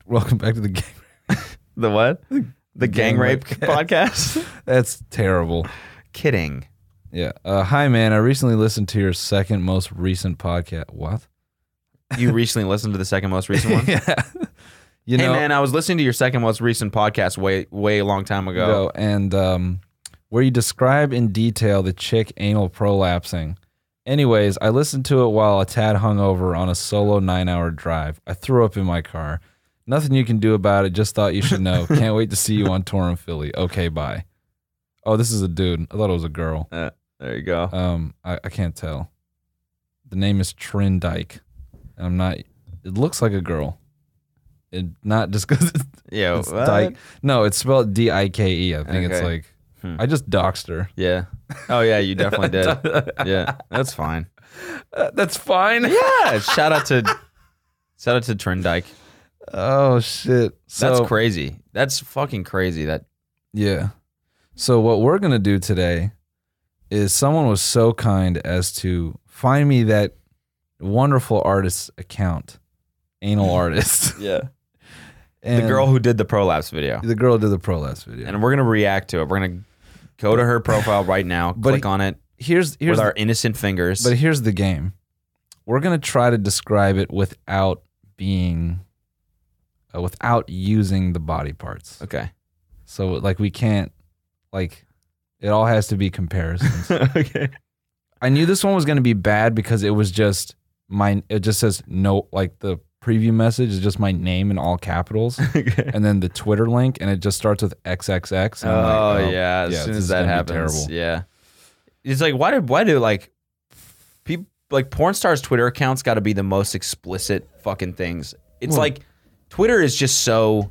[SPEAKER 2] Welcome back to the gang.
[SPEAKER 1] The what? The gang,
[SPEAKER 2] gang
[SPEAKER 1] rape
[SPEAKER 2] rape
[SPEAKER 1] podcast.
[SPEAKER 2] That's terrible.
[SPEAKER 1] Kidding.
[SPEAKER 2] Yeah. Uh, hi, man. I recently listened to your second most recent podcast. What?
[SPEAKER 1] You recently listened to the second most recent one.
[SPEAKER 2] yeah. You
[SPEAKER 1] hey
[SPEAKER 2] know,
[SPEAKER 1] man, I was listening to your second most recent podcast way way a long time ago.
[SPEAKER 2] go and um, where you describe in detail the chick anal prolapsing. Anyways, I listened to it while a tad hungover on a solo nine-hour drive. I threw up in my car. Nothing you can do about it. Just thought you should know. Can't wait to see you on tour in Philly. Okay, bye. Oh, this is a dude. I thought it was a girl.
[SPEAKER 1] There you go.
[SPEAKER 2] Um, I, I can't tell. The name is Trindike. I'm not. It looks like a girl. It not just because it's
[SPEAKER 1] Yeah.
[SPEAKER 2] it's
[SPEAKER 1] what?
[SPEAKER 2] Dyke. No, it's spelled D I K E. I think it's
[SPEAKER 1] Okay.
[SPEAKER 2] like
[SPEAKER 1] Hmm.
[SPEAKER 2] I just doxed her.
[SPEAKER 1] Yeah. Oh yeah, you definitely did. Yeah, that's fine.
[SPEAKER 2] Uh, That's fine.
[SPEAKER 1] Yeah. Shout out to shout out to Trendike.
[SPEAKER 2] Oh shit. So,
[SPEAKER 1] That's crazy. That's fucking crazy. That
[SPEAKER 2] Yeah. So what we're gonna do today is someone was so kind as to find me that wonderful artist's account, anal artist.
[SPEAKER 1] yeah.
[SPEAKER 2] And
[SPEAKER 1] Hmm. the girl who did the prolapse video.
[SPEAKER 2] the girl did the prolapse video.
[SPEAKER 1] And we're gonna react to it. We're gonna go to her profile right now,
[SPEAKER 2] But
[SPEAKER 1] click
[SPEAKER 2] he-
[SPEAKER 1] on it
[SPEAKER 2] here's here's
[SPEAKER 1] with our innocent fingers.
[SPEAKER 2] But here's the game. We're gonna try to describe it without being, uh, without using the body parts.
[SPEAKER 1] okay.
[SPEAKER 2] So like we can't, like, it all has to be comparisons.
[SPEAKER 1] okay.
[SPEAKER 2] I knew this one was gonna be bad because it was just my. It just says no. Like the preview message is just my name in all capitals,
[SPEAKER 1] Okay.
[SPEAKER 2] and then the Twitter link, and it just starts with XXX.
[SPEAKER 1] Oh,
[SPEAKER 2] and I'm like,
[SPEAKER 1] yeah. As soon
[SPEAKER 2] this
[SPEAKER 1] as
[SPEAKER 2] is
[SPEAKER 1] that
[SPEAKER 2] gonna be
[SPEAKER 1] happens. Yeah. It's like why do why do like people like porn stars Twitter accounts gotta be the most explicit fucking things. It's like Twitter is just so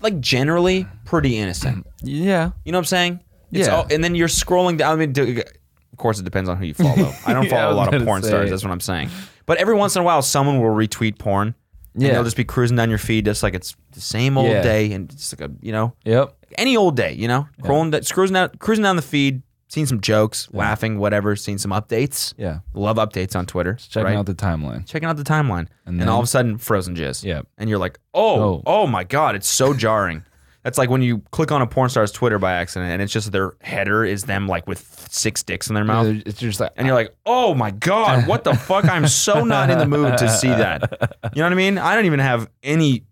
[SPEAKER 1] like generally pretty innocent.
[SPEAKER 2] Yeah.
[SPEAKER 1] You know what I'm saying? It's
[SPEAKER 2] Yeah.
[SPEAKER 1] all, and then you're scrolling down. I mean, do, of course, it depends on who you follow. I don't
[SPEAKER 2] Yeah, I
[SPEAKER 1] follow a
[SPEAKER 2] was
[SPEAKER 1] lot of
[SPEAKER 2] gonna
[SPEAKER 1] porn
[SPEAKER 2] say.
[SPEAKER 1] stars. That's what I'm saying. But every once in a while, someone will retweet porn. And
[SPEAKER 2] Yeah.
[SPEAKER 1] they'll just be cruising down your feed just like it's the same old
[SPEAKER 2] Yeah.
[SPEAKER 1] day. And it's like a, you know,
[SPEAKER 2] Yep.
[SPEAKER 1] any old day, you know, scrolling, da- cruising, down, cruising down the feed, seeing some jokes, laughing, whatever, seeing some updates.
[SPEAKER 2] Yeah.
[SPEAKER 1] Love updates on Twitter.
[SPEAKER 2] Checking
[SPEAKER 1] right?
[SPEAKER 2] out the timeline.
[SPEAKER 1] checking out the timeline, and,
[SPEAKER 2] then-
[SPEAKER 1] all of a sudden, frozen jizz.
[SPEAKER 2] Yep.
[SPEAKER 1] And you're like, oh,
[SPEAKER 2] Oh.
[SPEAKER 1] oh, my god, it's so jarring. That's like when you click on a porn star's Twitter by accident, and it's just their header is them like with six dicks in their mouth,
[SPEAKER 2] It's just like
[SPEAKER 1] and you're like, oh my god, what the fuck? I'm so not in the mood to see that. You know what I mean? I don't even have any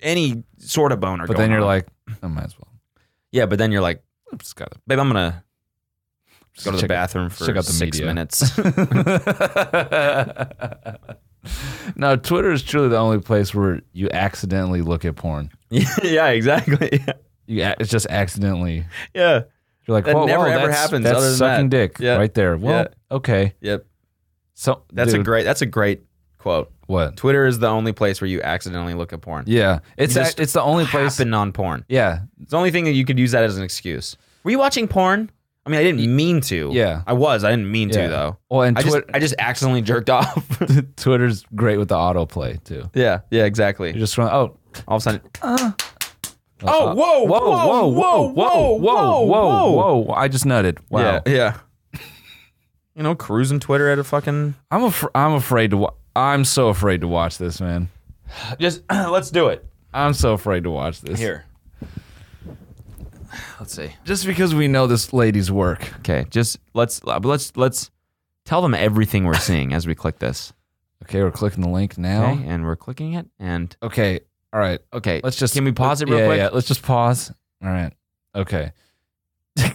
[SPEAKER 1] any sort of boner.
[SPEAKER 2] But then you're like, I might as well.
[SPEAKER 1] yeah, but then you're like,
[SPEAKER 2] I just gotta
[SPEAKER 1] babe, I'm gonna
[SPEAKER 2] just
[SPEAKER 1] go to the
[SPEAKER 2] check-
[SPEAKER 1] bathroom for
[SPEAKER 2] check out the
[SPEAKER 1] six
[SPEAKER 2] media.
[SPEAKER 1] minutes.
[SPEAKER 2] no, Twitter is truly the only place where you accidentally look at porn.
[SPEAKER 1] yeah, exactly. Yeah.
[SPEAKER 2] You a- it's just accidentally.
[SPEAKER 1] yeah.
[SPEAKER 2] You're like,
[SPEAKER 1] That
[SPEAKER 2] whoa,
[SPEAKER 1] never
[SPEAKER 2] whoa,
[SPEAKER 1] ever
[SPEAKER 2] that's,
[SPEAKER 1] happens
[SPEAKER 2] That's
[SPEAKER 1] other than
[SPEAKER 2] sucking
[SPEAKER 1] that.
[SPEAKER 2] dick
[SPEAKER 1] Yeah.
[SPEAKER 2] right there. Well,
[SPEAKER 1] Yeah.
[SPEAKER 2] okay.
[SPEAKER 1] Yep.
[SPEAKER 2] So
[SPEAKER 1] That's a
[SPEAKER 2] dude,
[SPEAKER 1] great. That's a great quote.
[SPEAKER 2] what?
[SPEAKER 1] Twitter is the only place where you accidentally look at porn.
[SPEAKER 2] Yeah, it's
[SPEAKER 1] just
[SPEAKER 2] a, it's the only place.
[SPEAKER 1] Happen on porn.
[SPEAKER 2] Yeah,
[SPEAKER 1] It's the only thing that you could use that as an excuse. Were you watching porn? I mean, I didn't mean to.
[SPEAKER 2] yeah.
[SPEAKER 1] I was. I didn't mean
[SPEAKER 2] Yeah.
[SPEAKER 1] to though.
[SPEAKER 2] Well, and
[SPEAKER 1] I just,
[SPEAKER 2] Twitter,
[SPEAKER 1] I just accidentally jerked off.
[SPEAKER 2] Twitter's great with the autoplay too.
[SPEAKER 1] yeah. Yeah.
[SPEAKER 2] You're
[SPEAKER 1] Exactly.
[SPEAKER 2] just going, oh,
[SPEAKER 1] All of a sudden. Oh,
[SPEAKER 2] uh, whoa, whoa, whoa, whoa, whoa, whoa, whoa! I just nutted. Wow.
[SPEAKER 1] Yeah. Yeah. you know, cruising Twitter at a fucking.
[SPEAKER 2] I'm af- I'm afraid to. Wa- I'm so afraid to watch this, man.
[SPEAKER 1] Just let's do it
[SPEAKER 2] I'm so afraid to watch this.
[SPEAKER 1] here. Let's see.
[SPEAKER 2] Just because we know this lady's work.
[SPEAKER 1] Okay, just let's uh, let's let's tell them everything we're seeing as we click this.
[SPEAKER 2] Okay, we're clicking the link now.
[SPEAKER 1] Okay,
[SPEAKER 2] Okay.
[SPEAKER 1] and we're clicking it. And
[SPEAKER 2] All right.
[SPEAKER 1] okay,
[SPEAKER 2] Let's just
[SPEAKER 1] can we pause it real
[SPEAKER 2] yeah,
[SPEAKER 1] quick?
[SPEAKER 2] Yeah, let's just pause. All right. Okay.
[SPEAKER 1] Pause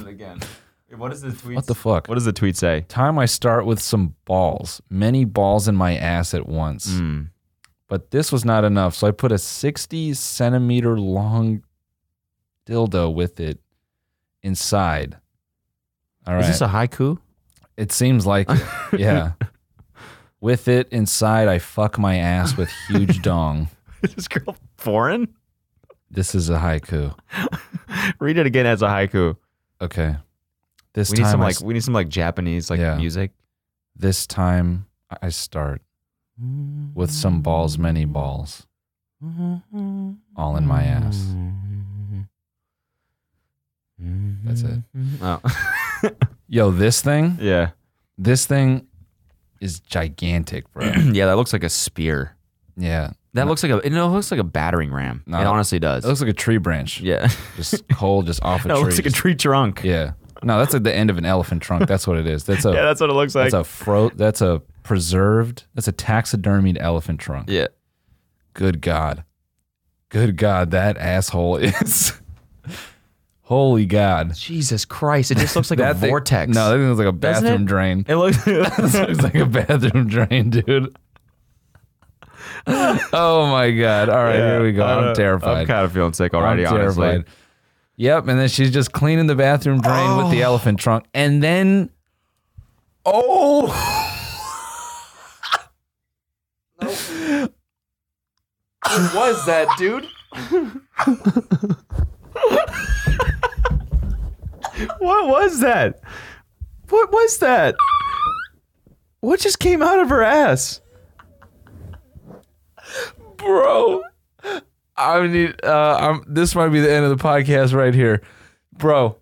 [SPEAKER 1] it again. What does the tweet?
[SPEAKER 2] What the fuck?
[SPEAKER 1] what does the tweet say?
[SPEAKER 2] Time I start with some balls, many balls in my ass at once.
[SPEAKER 1] Mm.
[SPEAKER 2] But this was not enough, so I put a 60 centimeter long dildo with it inside. All right.
[SPEAKER 1] Is this a haiku?
[SPEAKER 2] It seems like it. yeah. With it inside, I fuck my ass with huge dong.
[SPEAKER 1] Is this girl foreign?
[SPEAKER 2] This is a haiku.
[SPEAKER 1] Read it again as a haiku.
[SPEAKER 2] Okay. This
[SPEAKER 1] we
[SPEAKER 2] time,
[SPEAKER 1] need some
[SPEAKER 2] I
[SPEAKER 1] like
[SPEAKER 2] s-
[SPEAKER 1] we need some like Japanese like
[SPEAKER 2] Yeah.
[SPEAKER 1] music.
[SPEAKER 2] this time I start with some balls, many balls, all in my ass. That's it.
[SPEAKER 1] Oh.
[SPEAKER 2] Yo, this thing,
[SPEAKER 1] yeah.
[SPEAKER 2] this thing is gigantic, bro.
[SPEAKER 1] yeah, that looks like a spear.
[SPEAKER 2] yeah,
[SPEAKER 1] That looks like a it looks like a battering ram.
[SPEAKER 2] No.
[SPEAKER 1] It honestly does.
[SPEAKER 2] it looks like a tree branch,
[SPEAKER 1] yeah.
[SPEAKER 2] just cold, just off a
[SPEAKER 1] no, it
[SPEAKER 2] tree.
[SPEAKER 1] looks like a
[SPEAKER 2] just-
[SPEAKER 1] tree trunk.
[SPEAKER 2] Yeah, no, that's at the end of an elephant trunk. That's what it is. That's a
[SPEAKER 1] Yeah, that's what it looks like.
[SPEAKER 2] that's a fro. That's a preserved. That's a taxidermied elephant trunk.
[SPEAKER 1] yeah.
[SPEAKER 2] Good God, good God, that asshole is. Holy God.
[SPEAKER 1] Jesus Christ. It just looks like a
[SPEAKER 2] That thing-
[SPEAKER 1] vortex.
[SPEAKER 2] no, that thing looks like a
[SPEAKER 1] Doesn't
[SPEAKER 2] bathroom
[SPEAKER 1] it?
[SPEAKER 2] drain.
[SPEAKER 1] it looks
[SPEAKER 2] This looks like a bathroom drain, dude. oh my god! All right, here we go.
[SPEAKER 1] I
[SPEAKER 2] I'm
[SPEAKER 1] don't-
[SPEAKER 2] terrified.
[SPEAKER 1] I'm kind of feeling sick already,
[SPEAKER 2] I'm
[SPEAKER 1] uh, honestly.
[SPEAKER 2] terrified. Yep, and then she's just cleaning the bathroom drain with
[SPEAKER 1] Oh.
[SPEAKER 2] the elephant trunk, and then oh,
[SPEAKER 1] What was that, dude? what was that? What was that? What just came out of her ass?
[SPEAKER 2] bro, I need. Uh, I'm, this might be the end of the podcast right here, bro.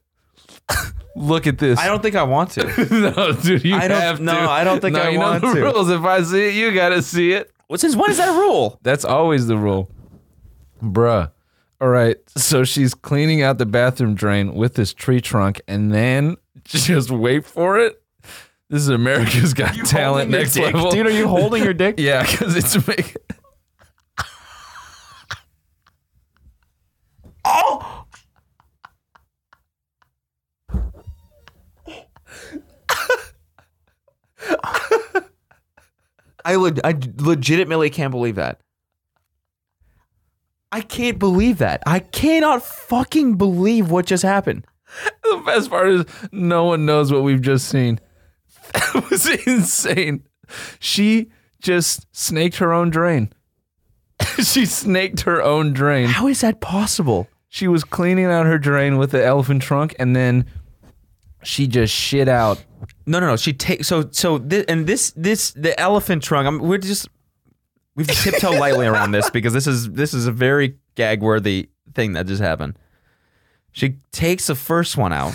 [SPEAKER 2] Look at this.
[SPEAKER 1] I don't think I want to.
[SPEAKER 2] no, dude, you
[SPEAKER 1] I don't-
[SPEAKER 2] have to.
[SPEAKER 1] no, I don't think
[SPEAKER 2] no,
[SPEAKER 1] I
[SPEAKER 2] you know
[SPEAKER 1] want
[SPEAKER 2] the
[SPEAKER 1] to.
[SPEAKER 2] rules. If I see it, you gotta see it.
[SPEAKER 1] Well, since when is that a rule?
[SPEAKER 2] That's always the rule. Bruh. All right. So she's cleaning out the bathroom drain with this tree trunk and then just wait for it. This is America's Got Talent next level.
[SPEAKER 1] Dude, are you holding your dick?
[SPEAKER 2] yeah, because it's big.
[SPEAKER 1] I, leg- I legitimately can't believe that. I can't believe that. I cannot fucking believe what just happened.
[SPEAKER 2] The best part is no one knows what we've just seen. That was insane. She just snaked her own drain. she snaked her own drain.
[SPEAKER 1] How is that possible?
[SPEAKER 2] she was cleaning out her drain with the elephant trunk and then she just shit out
[SPEAKER 1] No, no, no. She takes so so this and this this the elephant trunk. I'm, we're just we've tiptoed lightly around this because this is this is a very gag worthy thing that just happened. She takes the first one out,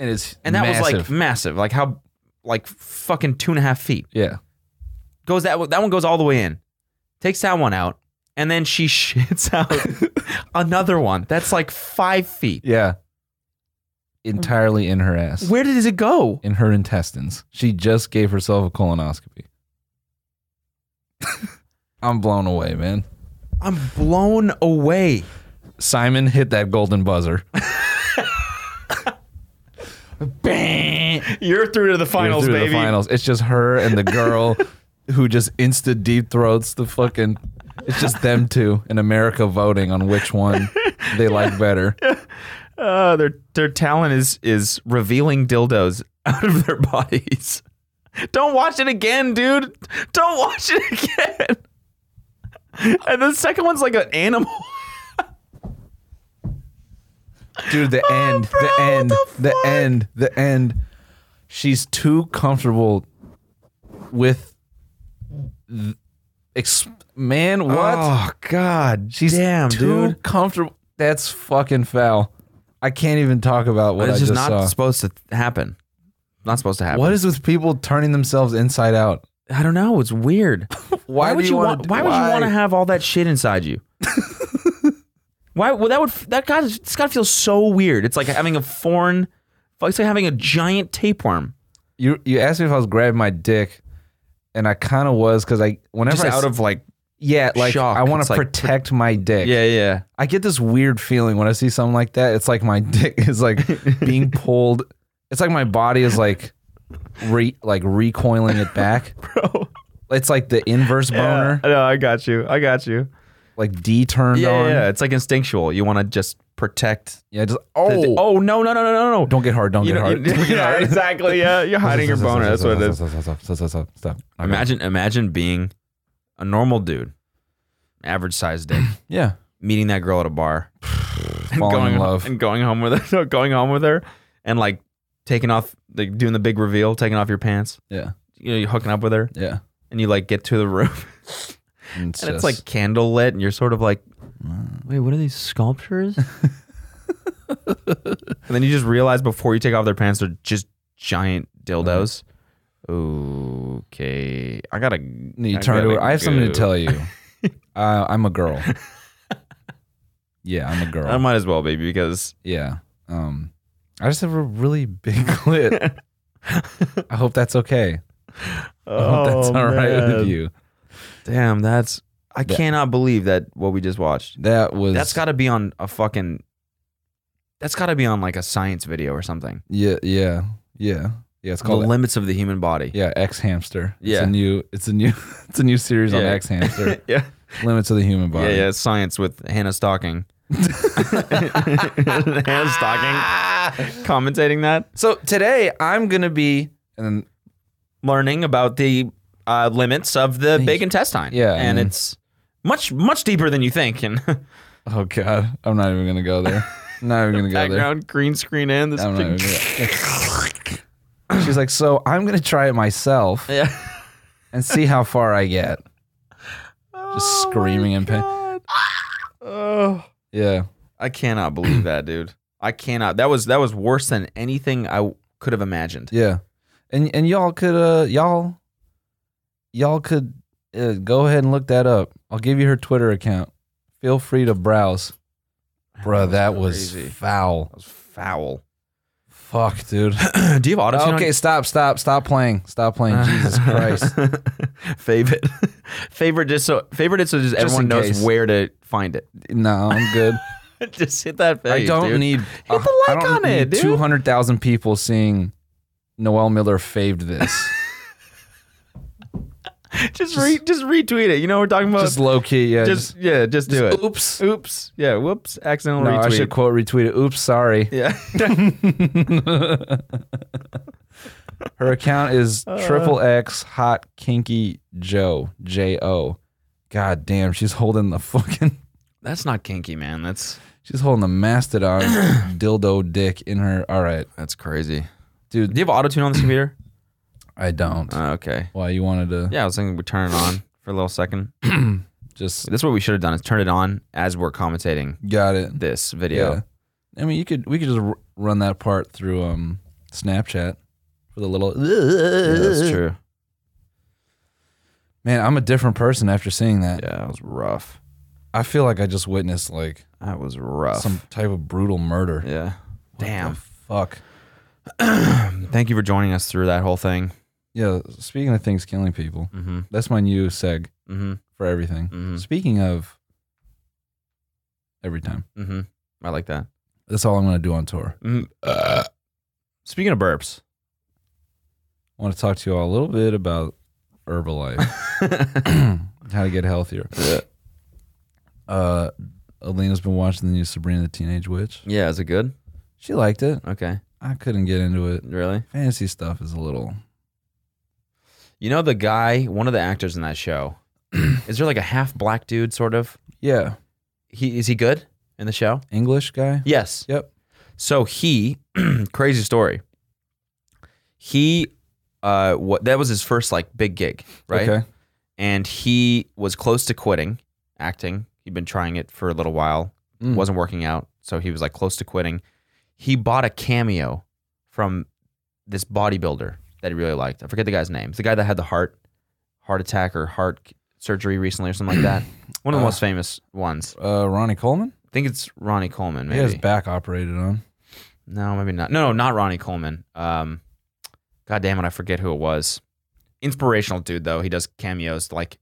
[SPEAKER 2] and it's
[SPEAKER 1] and that was like
[SPEAKER 2] massive.
[SPEAKER 1] massive, like how like fucking two and a half feet
[SPEAKER 2] yeah
[SPEAKER 1] goes that one- that one goes all the way in, takes that one out, and then she shits out another one that's like five feet.
[SPEAKER 2] yeah entirely in her ass
[SPEAKER 1] Where does it go?
[SPEAKER 2] in her intestines she just gave herself a colonoscopy i'm blown away man
[SPEAKER 1] I'm blown away.
[SPEAKER 2] simon hit that golden buzzer bang
[SPEAKER 1] You're through to the finals,
[SPEAKER 2] You're through the finals. It's just her and the girl who just insta deep throats the fucking. It's just them two in America voting on which one they like better.
[SPEAKER 1] Uh, their their talent is is revealing dildos out of their bodies. Don't watch it again, dude. Don't watch it again. And the second one's like an animal.
[SPEAKER 2] Dude, the end, the end, the, end, the end. She's too comfortable with th- ex- man. What?
[SPEAKER 1] Oh God,
[SPEAKER 2] She's too comfortable. That's fucking foul. I can't even talk about what
[SPEAKER 1] It's
[SPEAKER 2] I
[SPEAKER 1] just
[SPEAKER 2] just
[SPEAKER 1] not
[SPEAKER 2] saw.
[SPEAKER 1] supposed to happen. Not supposed to happen.
[SPEAKER 2] What is with people turning themselves inside out?
[SPEAKER 1] I don't know. It's weird.
[SPEAKER 2] Why,
[SPEAKER 1] would
[SPEAKER 2] do
[SPEAKER 1] you
[SPEAKER 2] wanna
[SPEAKER 1] want?
[SPEAKER 2] do-
[SPEAKER 1] Why would you want to have all that shit inside you? Why? Well, that would that got it's got to feel so weird. It's like having a foreign. It's like having a giant tapeworm.
[SPEAKER 2] You you asked me if I was grabbing my dick, and I kind of was because I whenever
[SPEAKER 1] Just
[SPEAKER 2] I s-
[SPEAKER 1] out of like.
[SPEAKER 2] yeah like
[SPEAKER 1] shock,
[SPEAKER 2] I want
[SPEAKER 1] it's
[SPEAKER 2] to
[SPEAKER 1] like-
[SPEAKER 2] protect my dick.
[SPEAKER 1] Yeah, yeah.
[SPEAKER 2] I get this weird feeling when I see something like that. It's like my dick is like being pulled. It's like my body is like re like recoiling it back.
[SPEAKER 1] Bro.
[SPEAKER 2] It's like the inverse boner,
[SPEAKER 1] No, I got you. I got you.
[SPEAKER 2] like D turned
[SPEAKER 1] Yeah,
[SPEAKER 2] on.
[SPEAKER 1] yeah. It's like instinctual. You want to just protect.
[SPEAKER 2] Yeah, just
[SPEAKER 1] the-
[SPEAKER 2] oh,
[SPEAKER 1] oh no, no, no, no, no, no.
[SPEAKER 2] don't get hard, don't
[SPEAKER 1] You
[SPEAKER 2] get
[SPEAKER 1] know,
[SPEAKER 2] hard.
[SPEAKER 1] you- yeah, exactly. Yeah, you're hiding your boner. That's what it is.
[SPEAKER 2] Stop, stop, stop, stop, stop, stop, stop. Okay.
[SPEAKER 1] Imagine, imagine being a normal dude, average sized dick,
[SPEAKER 2] yeah,
[SPEAKER 1] meeting that girl at a bar, and
[SPEAKER 2] Falling
[SPEAKER 1] going
[SPEAKER 2] in love.
[SPEAKER 1] and going home with her, going home with her, and like taking off, like doing the big reveal, taking off your pants.
[SPEAKER 2] yeah,
[SPEAKER 1] You know, you're hooking up with her,
[SPEAKER 2] yeah.
[SPEAKER 1] and you like get to the room,
[SPEAKER 2] And it's,
[SPEAKER 1] and it's
[SPEAKER 2] just-
[SPEAKER 1] like candle lit, and you're sort of like, "Uh, wait, what are these sculptures? and then you just realize before you take off their pants, they're just giant dildos. Okay, I gotta.
[SPEAKER 2] And you
[SPEAKER 1] I
[SPEAKER 2] turn to
[SPEAKER 1] gotta
[SPEAKER 2] her. I have something to
[SPEAKER 1] go.
[SPEAKER 2] tell you. uh, I'm a girl. Yeah, I'm a girl.
[SPEAKER 1] I might as well, baby, because
[SPEAKER 2] yeah. Um, I just have a really big clit. I hope that's okay. I hope Oh,
[SPEAKER 1] Oh,
[SPEAKER 2] that's all right with you.
[SPEAKER 1] Damn, that's I
[SPEAKER 2] That-
[SPEAKER 1] cannot believe that what we just watched.
[SPEAKER 2] That was
[SPEAKER 1] That's got to be on a fucking. That's got to be on like a science video or something.
[SPEAKER 2] yeah, yeah, yeah, yeah. It's
[SPEAKER 1] The
[SPEAKER 2] called
[SPEAKER 1] limits of the human body.
[SPEAKER 2] yeah X Hamster.
[SPEAKER 1] Yeah.
[SPEAKER 2] it's a new, it's a new, it's a new series on
[SPEAKER 1] Yeah.
[SPEAKER 2] X Hamster.
[SPEAKER 1] yeah,
[SPEAKER 2] Limits of the human
[SPEAKER 1] yeah,
[SPEAKER 2] body.
[SPEAKER 1] yeah. it's Science with Hannah Stocking. Hannah Stocking commentating that,
[SPEAKER 2] So today I'm gonna be and then
[SPEAKER 1] learning about the uh, limits of the big intestine.
[SPEAKER 2] Yeah,
[SPEAKER 1] and
[SPEAKER 2] and-
[SPEAKER 1] it's much much deeper than you think. And
[SPEAKER 2] oh god, I'm not even gonna go there. I'm not even gonna go there.
[SPEAKER 1] background green screen and this.
[SPEAKER 2] I'm not even
[SPEAKER 1] Big,
[SPEAKER 2] gonna go. She's like, so I'm gonna try it myself
[SPEAKER 1] yeah.
[SPEAKER 2] and see how far I get. Just screaming in pain.
[SPEAKER 1] Oh.
[SPEAKER 2] Yeah.
[SPEAKER 1] I cannot believe that, dude. I cannot. That was that was worse than anything I could have imagined.
[SPEAKER 2] Yeah, and and y'all could uh y'all y'all could uh, go ahead and look that up. I'll give you her Twitter account. Feel free to browse, bro. That was
[SPEAKER 1] crazy.
[SPEAKER 2] foul.
[SPEAKER 1] that was foul.
[SPEAKER 2] Fuck, dude.
[SPEAKER 1] Do you have auto
[SPEAKER 2] okay, stop, stop, stop playing, stop playing. Jesus Christ.
[SPEAKER 1] Uh, favorite, favorite, just so favorite it so just, everyone
[SPEAKER 2] in
[SPEAKER 1] knows
[SPEAKER 2] case.
[SPEAKER 1] where to find it.
[SPEAKER 2] No, I'm good.
[SPEAKER 1] just hit that. Page,
[SPEAKER 2] I don't
[SPEAKER 1] dude.
[SPEAKER 2] need.
[SPEAKER 1] the
[SPEAKER 2] I
[SPEAKER 1] like
[SPEAKER 2] don't
[SPEAKER 1] on it,
[SPEAKER 2] need
[SPEAKER 1] dude.
[SPEAKER 2] Two hundred thousand people seeing Noel Miller faved this.
[SPEAKER 1] Just, re, just retweet it. You know what we're talking about.
[SPEAKER 2] just
[SPEAKER 1] Just,
[SPEAKER 2] low key, yeah. Just,
[SPEAKER 1] yeah, just, do it.
[SPEAKER 2] oops.
[SPEAKER 1] Oops. Yeah. Whoops. Accidental
[SPEAKER 2] No,
[SPEAKER 1] retweet.
[SPEAKER 2] I should quote retweet it. Oops, sorry.
[SPEAKER 1] yeah.
[SPEAKER 2] Her account is
[SPEAKER 1] Uh.
[SPEAKER 2] triple X hot kinky Joe J O. God damn, she's holding the fucking
[SPEAKER 1] That's not kinky, man. That's
[SPEAKER 2] she's holding the mastodon dildo dick in her. All right,
[SPEAKER 1] that's crazy,
[SPEAKER 2] Dude.
[SPEAKER 1] Do you have auto tune on this computer?
[SPEAKER 2] I don't.
[SPEAKER 1] Uh, okay.
[SPEAKER 2] Why you wanted to
[SPEAKER 1] Yeah, I was thinking we turn it on for a little second.
[SPEAKER 2] just
[SPEAKER 1] That's what we should have done is turn it on as we're commentating
[SPEAKER 2] got it?
[SPEAKER 1] this video.
[SPEAKER 2] I mean, you could we could just r- run that part through um Snapchat for the little. that's
[SPEAKER 1] that's true.
[SPEAKER 2] Man, I'm a different person after seeing that.
[SPEAKER 1] Yeah, that was rough.
[SPEAKER 2] I feel like I just witnessed like
[SPEAKER 1] That was rough.
[SPEAKER 2] some type of brutal murder.
[SPEAKER 1] yeah.
[SPEAKER 2] The
[SPEAKER 1] Damn.
[SPEAKER 2] fuck.
[SPEAKER 1] Thank you for joining us through that whole thing.
[SPEAKER 2] Yeah, speaking of things killing people,
[SPEAKER 1] Mm-hmm.
[SPEAKER 2] that's my new seg
[SPEAKER 1] Mm-hmm.
[SPEAKER 2] for everything.
[SPEAKER 1] Mhm.
[SPEAKER 2] Speaking of every time,
[SPEAKER 1] Mm-hmm. I like that.
[SPEAKER 2] that's all I'm going to do on tour.
[SPEAKER 1] Mhm. Speaking of burps,
[SPEAKER 2] I want to talk to you all a little bit about Herbalife, how to get healthier.
[SPEAKER 1] Yeah.
[SPEAKER 2] Uh, Alina's been watching the new Sabrina the Teenage Witch.
[SPEAKER 1] yeah, is it good?
[SPEAKER 2] She liked it.
[SPEAKER 1] Okay,
[SPEAKER 2] I couldn't get into it.
[SPEAKER 1] really?
[SPEAKER 2] Fantasy stuff is a little.
[SPEAKER 1] You know the guy, one of the actors in that show. is there like a half black dude, sort of?
[SPEAKER 2] Yeah.
[SPEAKER 1] He is he good in the show?
[SPEAKER 2] English guy?
[SPEAKER 1] Yes.
[SPEAKER 2] Yep.
[SPEAKER 1] So he, crazy story. He, uh, what that was his first like big gig, right?
[SPEAKER 2] Okay.
[SPEAKER 1] And he was close to quitting acting. He'd been trying it for a little while,
[SPEAKER 2] Mm.
[SPEAKER 1] wasn't working out, so he was like close to quitting. He bought a cameo from this bodybuilder that he really liked. I forget the guy's name. It's the guy that had the heart heart attack or heart surgery recently or something like that. One of the
[SPEAKER 2] Uh.
[SPEAKER 1] most famous ones.
[SPEAKER 2] Uh, Ronnie Coleman?
[SPEAKER 1] I think it's Ronnie Coleman. Maybe
[SPEAKER 2] He has back operated on.
[SPEAKER 1] No, maybe not. No, no, not Ronnie Coleman. Um, God damn it, I forget who it was. Inspirational dude though. He does cameos like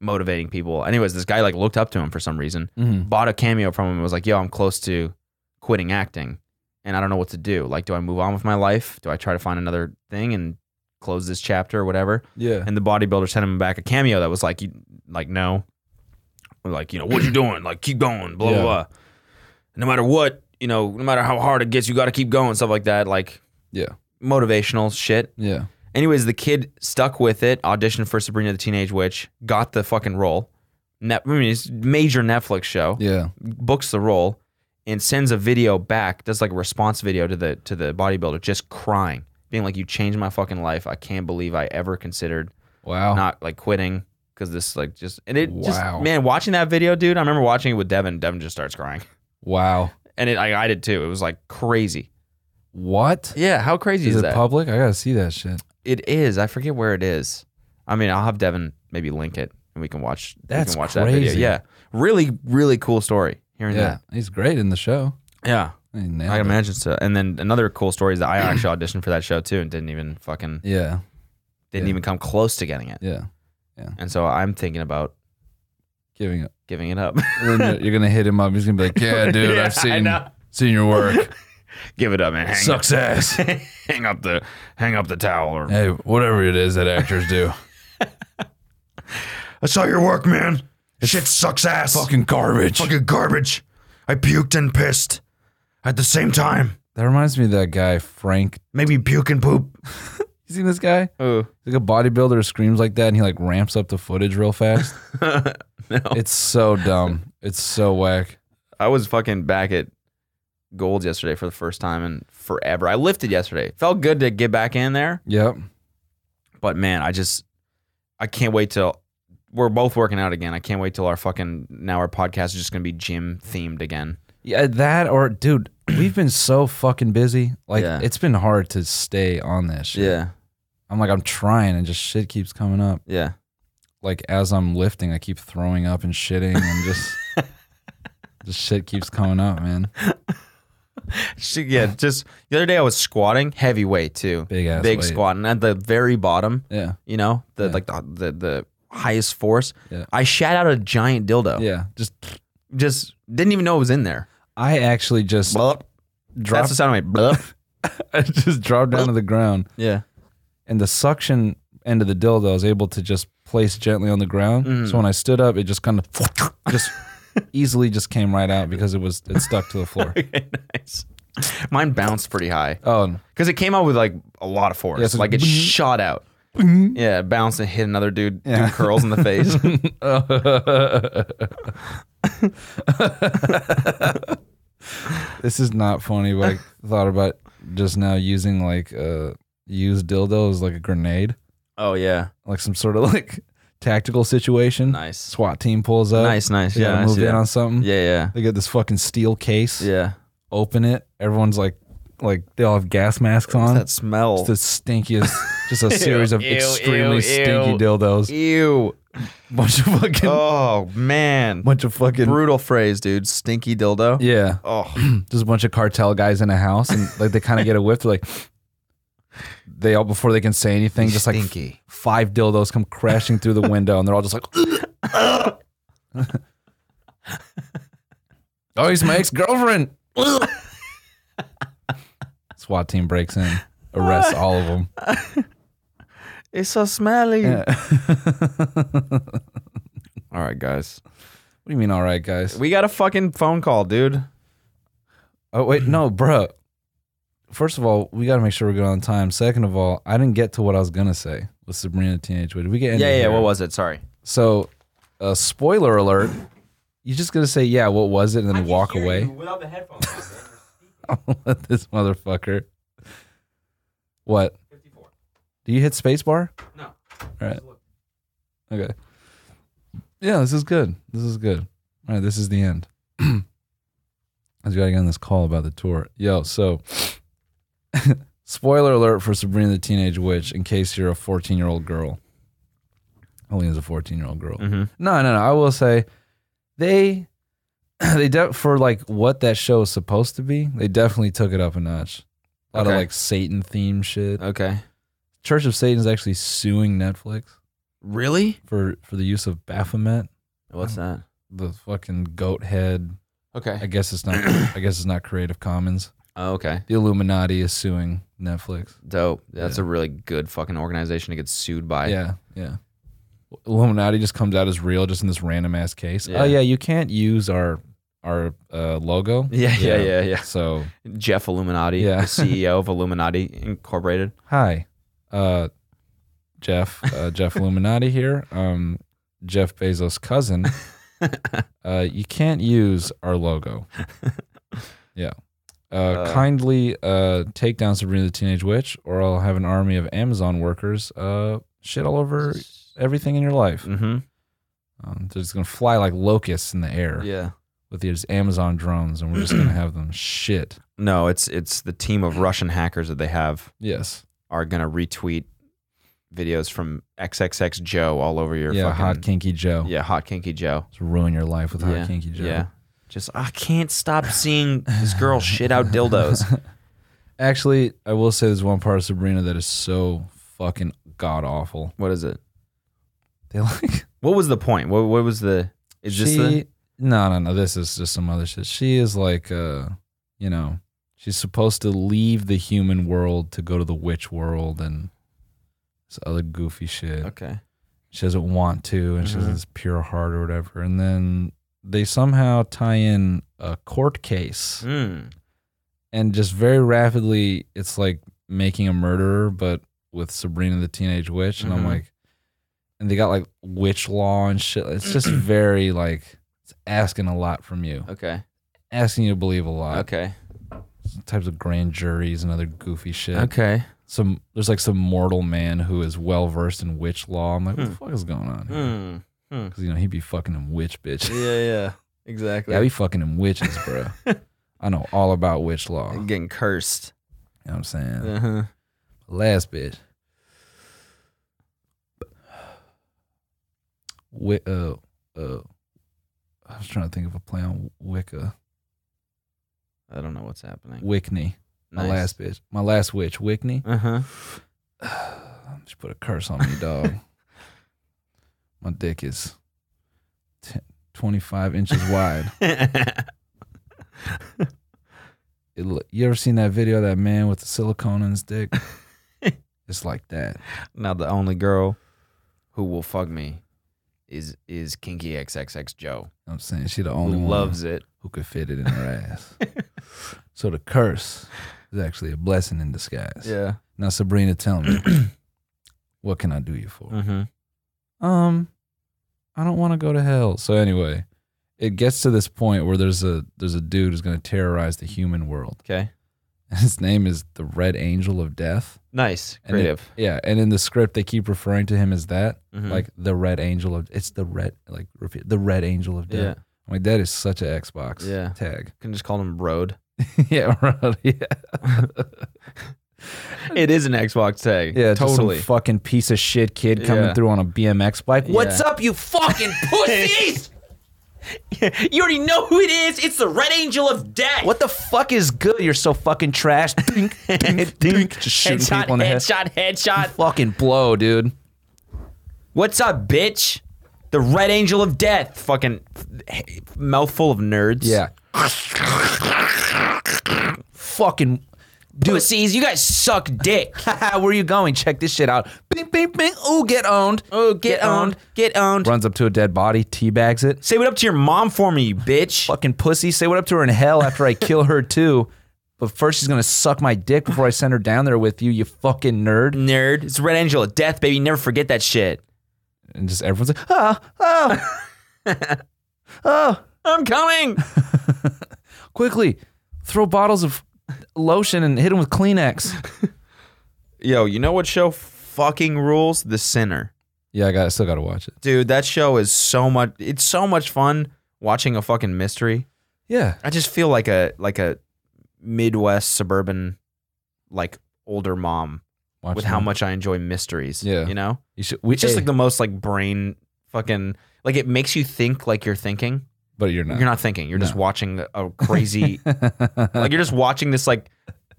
[SPEAKER 1] motivating people. Anyways, this guy like looked up to him for some reason,
[SPEAKER 2] Mm-hmm.
[SPEAKER 1] bought a cameo from him, and was like, "Yo, I'm close to quitting acting, and I don't know what to do. Like, do I move on with my life? Do I try to find another thing and close this chapter or whatever?"
[SPEAKER 2] Yeah.
[SPEAKER 1] And the bodybuilder sent him back a cameo that was like, you, like no, like you know what you doing? Like keep going, blah
[SPEAKER 2] Yeah.
[SPEAKER 1] blah blah. No matter what, you know, no matter how hard it gets, you got to keep going, stuff like that. Like
[SPEAKER 2] Yeah.
[SPEAKER 1] motivational shit.
[SPEAKER 2] Yeah.
[SPEAKER 1] Anyways, the kid stuck with it, auditioned for Sabrina the Teenage Witch, got the fucking role. Net, I mean, it's a major Netflix show
[SPEAKER 2] Yeah.
[SPEAKER 1] books the role and sends a video back, does like a response video to the to the bodybuilder, just crying, being like, "You changed my fucking life. I can't believe I ever considered
[SPEAKER 2] Wow.
[SPEAKER 1] not like quitting because this like just and it just
[SPEAKER 2] Oh. Wow.
[SPEAKER 1] man, watching that video, dude. I remember watching it with Devin. Devin just starts crying,
[SPEAKER 2] wow.
[SPEAKER 1] and it I, I did too. It was like crazy.
[SPEAKER 2] What?
[SPEAKER 1] Yeah, how crazy
[SPEAKER 2] Is
[SPEAKER 1] is,
[SPEAKER 2] it
[SPEAKER 1] that?
[SPEAKER 2] public? I gotta see that shit.
[SPEAKER 1] it is. I forget where it is. I mean, I'll have Devin maybe link it and we can watch. we
[SPEAKER 2] That's
[SPEAKER 1] can watch that video.
[SPEAKER 2] crazy.
[SPEAKER 1] Yeah, really, really cool story. Hearing
[SPEAKER 2] Yeah. He's great in the show.
[SPEAKER 1] that. Yeah.
[SPEAKER 2] He nailed
[SPEAKER 1] I
[SPEAKER 2] it.
[SPEAKER 1] can imagine so. And then another cool story is that I actually auditioned for that show too and didn't even fucking
[SPEAKER 2] Yeah.
[SPEAKER 1] didn't
[SPEAKER 2] Yeah.
[SPEAKER 1] even come close to getting it.
[SPEAKER 2] Yeah.
[SPEAKER 1] And so I'm thinking about
[SPEAKER 2] Giving up.
[SPEAKER 1] giving it up.
[SPEAKER 2] And then you're, you're gonna hit him up. He's gonna be like, Yeah, dude,
[SPEAKER 1] Yeah, I
[SPEAKER 2] I've seen
[SPEAKER 1] know.
[SPEAKER 2] seen your work.
[SPEAKER 1] Give it up, man. Hang
[SPEAKER 2] Sucks ass.
[SPEAKER 1] Up, hang up the hang up the towel. Or,
[SPEAKER 2] Hey, whatever it is that actors do.
[SPEAKER 1] I saw your work, man. Shit sucks ass.
[SPEAKER 2] Fucking garbage.
[SPEAKER 1] Fucking garbage. I puked and pissed at the same time.
[SPEAKER 2] That reminds me of that guy, Frank.
[SPEAKER 1] Maybe puke and poop.
[SPEAKER 2] You seen this guy?
[SPEAKER 1] Oh.
[SPEAKER 2] He's like a bodybuilder who screams like that and he like ramps up the footage real fast. It's so dumb. It's so whack.
[SPEAKER 1] I was fucking back at gold yesterday for the first time in forever. I lifted yesterday. Felt good to get back in there.
[SPEAKER 2] Yep.
[SPEAKER 1] But man, I just I can't wait till we're both working out again. I can't wait till our fucking now our podcast is just gonna be gym themed again.
[SPEAKER 2] Yeah, that or dude, we've been so fucking busy. Like
[SPEAKER 1] Yeah.
[SPEAKER 2] it's been hard to stay on that shit.
[SPEAKER 1] Yeah,
[SPEAKER 2] I'm like I'm trying and just shit keeps coming up.
[SPEAKER 1] yeah.
[SPEAKER 2] Like as I'm lifting, I keep throwing up and shitting and just just shit keeps coming up, man.
[SPEAKER 1] She, yeah, just the other day I was squatting heavy weight too,
[SPEAKER 2] Big ass
[SPEAKER 1] big
[SPEAKER 2] weight.
[SPEAKER 1] squat, and at the very bottom,
[SPEAKER 2] Yeah.
[SPEAKER 1] you know, the
[SPEAKER 2] Yeah.
[SPEAKER 1] like the, the the highest force.
[SPEAKER 2] Yeah.
[SPEAKER 1] I shat out a giant dildo.
[SPEAKER 2] Yeah. Just
[SPEAKER 1] Just didn't even know it was in there.
[SPEAKER 2] I actually just
[SPEAKER 1] Blup. That's
[SPEAKER 2] dropped
[SPEAKER 1] the sound of my blup.
[SPEAKER 2] I just dropped down to the ground
[SPEAKER 1] yeah.
[SPEAKER 2] and the suction end of the dildo I was able to just place gently on the ground. So when I stood up, it just kind of just easily just came right out because it was it stuck to the floor.
[SPEAKER 1] Okay, nice. Mine bounced pretty high.
[SPEAKER 2] Oh,
[SPEAKER 1] Because it came out with like a lot of force.
[SPEAKER 2] Yeah, so
[SPEAKER 1] like it
[SPEAKER 2] boing.
[SPEAKER 1] shot out. Yeah, it bounced and hit another dude,
[SPEAKER 2] Yeah.
[SPEAKER 1] dude curls in the face.
[SPEAKER 2] this is not funny, but I thought about just now using like uh used dildo as like a grenade,
[SPEAKER 1] oh yeah.
[SPEAKER 2] like some sort of like tactical situation.
[SPEAKER 1] Nice.
[SPEAKER 2] SWAT team pulls up.
[SPEAKER 1] Nice, nice.
[SPEAKER 2] They gotta
[SPEAKER 1] Yeah, nice,
[SPEAKER 2] move in
[SPEAKER 1] yeah.
[SPEAKER 2] on something.
[SPEAKER 1] Yeah,
[SPEAKER 2] They get this fucking steel case.
[SPEAKER 1] yeah. Yeah.
[SPEAKER 2] Open it. Everyone's like, like they all have gas masks on.
[SPEAKER 1] What's that smell?
[SPEAKER 2] It's the stinkiest. Just a series of
[SPEAKER 1] ew,
[SPEAKER 2] extremely
[SPEAKER 1] ew.
[SPEAKER 2] stinky dildos.
[SPEAKER 1] Ew.
[SPEAKER 2] Bunch of fucking.
[SPEAKER 1] Oh man.
[SPEAKER 2] Bunch of fucking.
[SPEAKER 1] Brutal phrase, dude. Stinky dildo.
[SPEAKER 2] Yeah.
[SPEAKER 1] Oh.
[SPEAKER 2] Just a bunch of cartel guys in a house, and like they kind of get a whiff. They're like, they all before they can say anything, just like f-
[SPEAKER 1] Stinky.
[SPEAKER 2] five dildos come crashing through the window, and they're all just like. oh, he's my ex girlfriend. SWAT team breaks in, arrests all of them.
[SPEAKER 1] It's so smelly.
[SPEAKER 2] what
[SPEAKER 1] All right, guys.
[SPEAKER 2] do you mean, all right, guys?
[SPEAKER 1] We got a fucking phone call, dude.
[SPEAKER 2] Oh wait, no, bruh. First of all, we got to make sure we're good on time. Second of all, I didn't get to what I was gonna say with Sabrina the Teenage Witch. We get into
[SPEAKER 1] Yeah, yeah.
[SPEAKER 2] here.
[SPEAKER 1] What was it? Sorry.
[SPEAKER 2] so? Uh, spoiler alert. You're just gonna say, "Yeah, what was it?" and then walk away.
[SPEAKER 1] Without the headphones.
[SPEAKER 2] Let this motherfucker. What? Do you hit spacebar?
[SPEAKER 1] No.
[SPEAKER 2] All right. Okay. Yeah, this is good. This is good. All right, this is the end. I just got to get on this call about the tour. Yo, so spoiler alert for Sabrina the Teenage Witch in case you're a 14 year old girl. Only as a 14 year old girl.
[SPEAKER 1] Mm-hmm.
[SPEAKER 2] No, no, no. I will say they they de- for like what that show is supposed to be. They definitely took it up a notch. A lot
[SPEAKER 1] Okay.
[SPEAKER 2] of like Satan theme shit.
[SPEAKER 1] Okay.
[SPEAKER 2] Church of Satan is actually suing Netflix
[SPEAKER 1] Really?
[SPEAKER 2] for for the use of Baphomet,
[SPEAKER 1] What's that?
[SPEAKER 2] the fucking goat head. I
[SPEAKER 1] Okay.
[SPEAKER 2] guess it's not. I guess it's not Creative Commons.
[SPEAKER 1] Oh, okay.
[SPEAKER 2] The Illuminati is suing Netflix.
[SPEAKER 1] Dope. That's
[SPEAKER 2] Yeah.
[SPEAKER 1] a really good fucking organization to get sued by.
[SPEAKER 2] yeah, yeah. Illuminati just comes out as real, just in this random ass case.
[SPEAKER 1] Yeah.
[SPEAKER 2] Oh yeah, you can't use our our uh, logo.
[SPEAKER 1] Yeah, yeah, yeah, yeah.
[SPEAKER 2] So
[SPEAKER 1] Jeff Illuminati,
[SPEAKER 2] Yeah.
[SPEAKER 1] the CEO of Illuminati Incorporated.
[SPEAKER 2] hi, uh, Jeff, uh, Jeff Illuminati here. Um, Jeff Bezos' cousin. uh, you can't use our logo. Yeah. Uh,
[SPEAKER 1] Uh.
[SPEAKER 2] kindly uh, take down Sabrina the Teenage Witch, or I'll have an army of Amazon workers uh, shit all over everything in your life.
[SPEAKER 1] Mm-hmm.
[SPEAKER 2] Um, they're just gonna fly like locusts in the air
[SPEAKER 1] Yeah.
[SPEAKER 2] with these Amazon drones, and we're just gonna have them shit.
[SPEAKER 1] No, it's it's the team of Russian hackers that they have
[SPEAKER 2] Yes.
[SPEAKER 1] are gonna retweet videos from XXX Joe all over your
[SPEAKER 2] yeah,
[SPEAKER 1] fucking
[SPEAKER 2] hot kinky Joe.
[SPEAKER 1] yeah hot kinky Joe.
[SPEAKER 2] Just ruin your life with hot
[SPEAKER 1] Yeah,
[SPEAKER 2] kinky Joe.
[SPEAKER 1] Yeah. Just I can't stop seeing this girl shit out dildos.
[SPEAKER 2] Actually, I will say there's one part of Sabrina that is so fucking god awful.
[SPEAKER 1] What is it?
[SPEAKER 2] They like
[SPEAKER 1] What was the point? What what was the is
[SPEAKER 2] she,
[SPEAKER 1] this the
[SPEAKER 2] No, no, no. This is just some other shit. She is like uh, you know, she's supposed to leave the human world to go to the witch world and this other goofy shit.
[SPEAKER 1] Okay.
[SPEAKER 2] she doesn't want to and she has
[SPEAKER 1] Mhm.
[SPEAKER 2] this pure heart or whatever and then they somehow tie in a court case
[SPEAKER 1] Mm.
[SPEAKER 2] and just very rapidly it's like making a murderer but with sabrina the teenage witch and
[SPEAKER 1] Mhm.
[SPEAKER 2] i'm like and they got like witch law and shit it's just very like it's asking a lot from you
[SPEAKER 1] Okay.
[SPEAKER 2] asking you to believe a lot
[SPEAKER 1] Okay.
[SPEAKER 2] types of grand juries and other goofy shit
[SPEAKER 1] Okay.
[SPEAKER 2] some there's like some mortal man who is well versed in witch law i'm like
[SPEAKER 1] Hmm.
[SPEAKER 2] what the fuck is going on here?
[SPEAKER 1] Mm.
[SPEAKER 2] Because you know he'd be fucking them witch bitches.
[SPEAKER 1] Yeah, yeah. Exactly.
[SPEAKER 2] yeah, be fucking them witches, bro. I know all about witch law. You know
[SPEAKER 1] Getting cursed.
[SPEAKER 2] what I'm saying?
[SPEAKER 1] Uh-huh.
[SPEAKER 2] Last bitch. Wi- uh, uh, I was trying to think of a play on Wicca.
[SPEAKER 1] I don't know what's happening.
[SPEAKER 2] Wickney. My
[SPEAKER 1] Nice.
[SPEAKER 2] last bitch. My last witch, Wickney.
[SPEAKER 1] Uh-huh.
[SPEAKER 2] She put a curse on me, dog. My dick is 10, 25 inches wide.
[SPEAKER 1] Uh-huh.
[SPEAKER 2] it, lo- you ever seen that video of that man with the silicone in his dick? it's like that.
[SPEAKER 1] now the only girl who will fuck me is is Kinky XXX Joe.
[SPEAKER 2] I'm saying she the
[SPEAKER 1] Who
[SPEAKER 2] only
[SPEAKER 1] loves it.
[SPEAKER 2] one who could fit it in her ass. so the curse is actually a blessing in disguise.
[SPEAKER 1] Yeah.
[SPEAKER 2] Now Sabrina, tell me, what can I do you for?
[SPEAKER 1] Mm-hmm.
[SPEAKER 2] Um, I don't want to go to hell. So anyway, it gets to this point where there's a there's a dude who's going to terrorize the human world.
[SPEAKER 1] Okay.
[SPEAKER 2] His name is the Red Angel of Death.
[SPEAKER 1] Nice.
[SPEAKER 2] And it-
[SPEAKER 1] Creative.
[SPEAKER 2] yeah, and in the script they keep referring to him as that.
[SPEAKER 1] Mhm.
[SPEAKER 2] like the red angel of it's the red like repeat the red angel of death.
[SPEAKER 1] yeah.
[SPEAKER 2] I'm like that is such an Xbox
[SPEAKER 1] Yeah.
[SPEAKER 2] tag.
[SPEAKER 1] Can just call him Road.
[SPEAKER 2] yeah, right. Yeah,
[SPEAKER 1] It is an Xbox tag.
[SPEAKER 2] yeah. just some
[SPEAKER 1] totally.
[SPEAKER 2] fucking piece of shit kid coming
[SPEAKER 1] Yeah.
[SPEAKER 2] through on a BMX bike. What's
[SPEAKER 1] Yeah.
[SPEAKER 2] up, you fucking pussies?
[SPEAKER 1] you already know who it is. It's the Red Angel of Death.
[SPEAKER 2] what the fuck is good? You're so fucking trash. Dink, dink, dink. Just shooting people in the head.
[SPEAKER 1] headshot.
[SPEAKER 2] Fucking blow, dude.
[SPEAKER 1] What's up, bitch? The Red Angel of Death. Fucking mouthful of nerds.
[SPEAKER 2] Yeah. fucking. Dude,
[SPEAKER 1] Pussies, you guys suck dick.
[SPEAKER 2] where are you going? Check this shit out. Bing, bing, bing. Ooh, get owned.
[SPEAKER 1] oh, get, owned. Get owned.
[SPEAKER 2] runs up to a dead body, teabags it.
[SPEAKER 1] Say what up to your mom for me, you bitch.
[SPEAKER 2] Fucking pussy. Say what up to her in hell after I kill her too. But first she's gonna suck my dick before I send her down there with you, you fucking nerd.
[SPEAKER 1] Nerd. It's Red Angel of Death, baby. Never forget that shit.
[SPEAKER 2] And just everyone's like, ah, ah, ah,
[SPEAKER 1] I'm coming.
[SPEAKER 2] quickly, throw bottles of lotion and hit him with Kleenex.
[SPEAKER 1] Yo, you know what show fucking rules? The Sinner.
[SPEAKER 2] Yeah, I got. I still gotta watch it.
[SPEAKER 1] Dude, that show is so much it's so much fun watching a fucking mystery.
[SPEAKER 2] Yeah,
[SPEAKER 1] I just feel like a like a Midwest suburban like older mom
[SPEAKER 2] watch
[SPEAKER 1] with
[SPEAKER 2] it.
[SPEAKER 1] how much I enjoy mysteries.
[SPEAKER 2] Yeah.
[SPEAKER 1] You know?
[SPEAKER 2] you should. We
[SPEAKER 1] It's just
[SPEAKER 2] hey,
[SPEAKER 1] like the most like brain fucking like it makes you think like you're thinking.
[SPEAKER 2] but you're not.
[SPEAKER 1] You're not thinking. You're just watching the, a crazy, like you're just watching this like,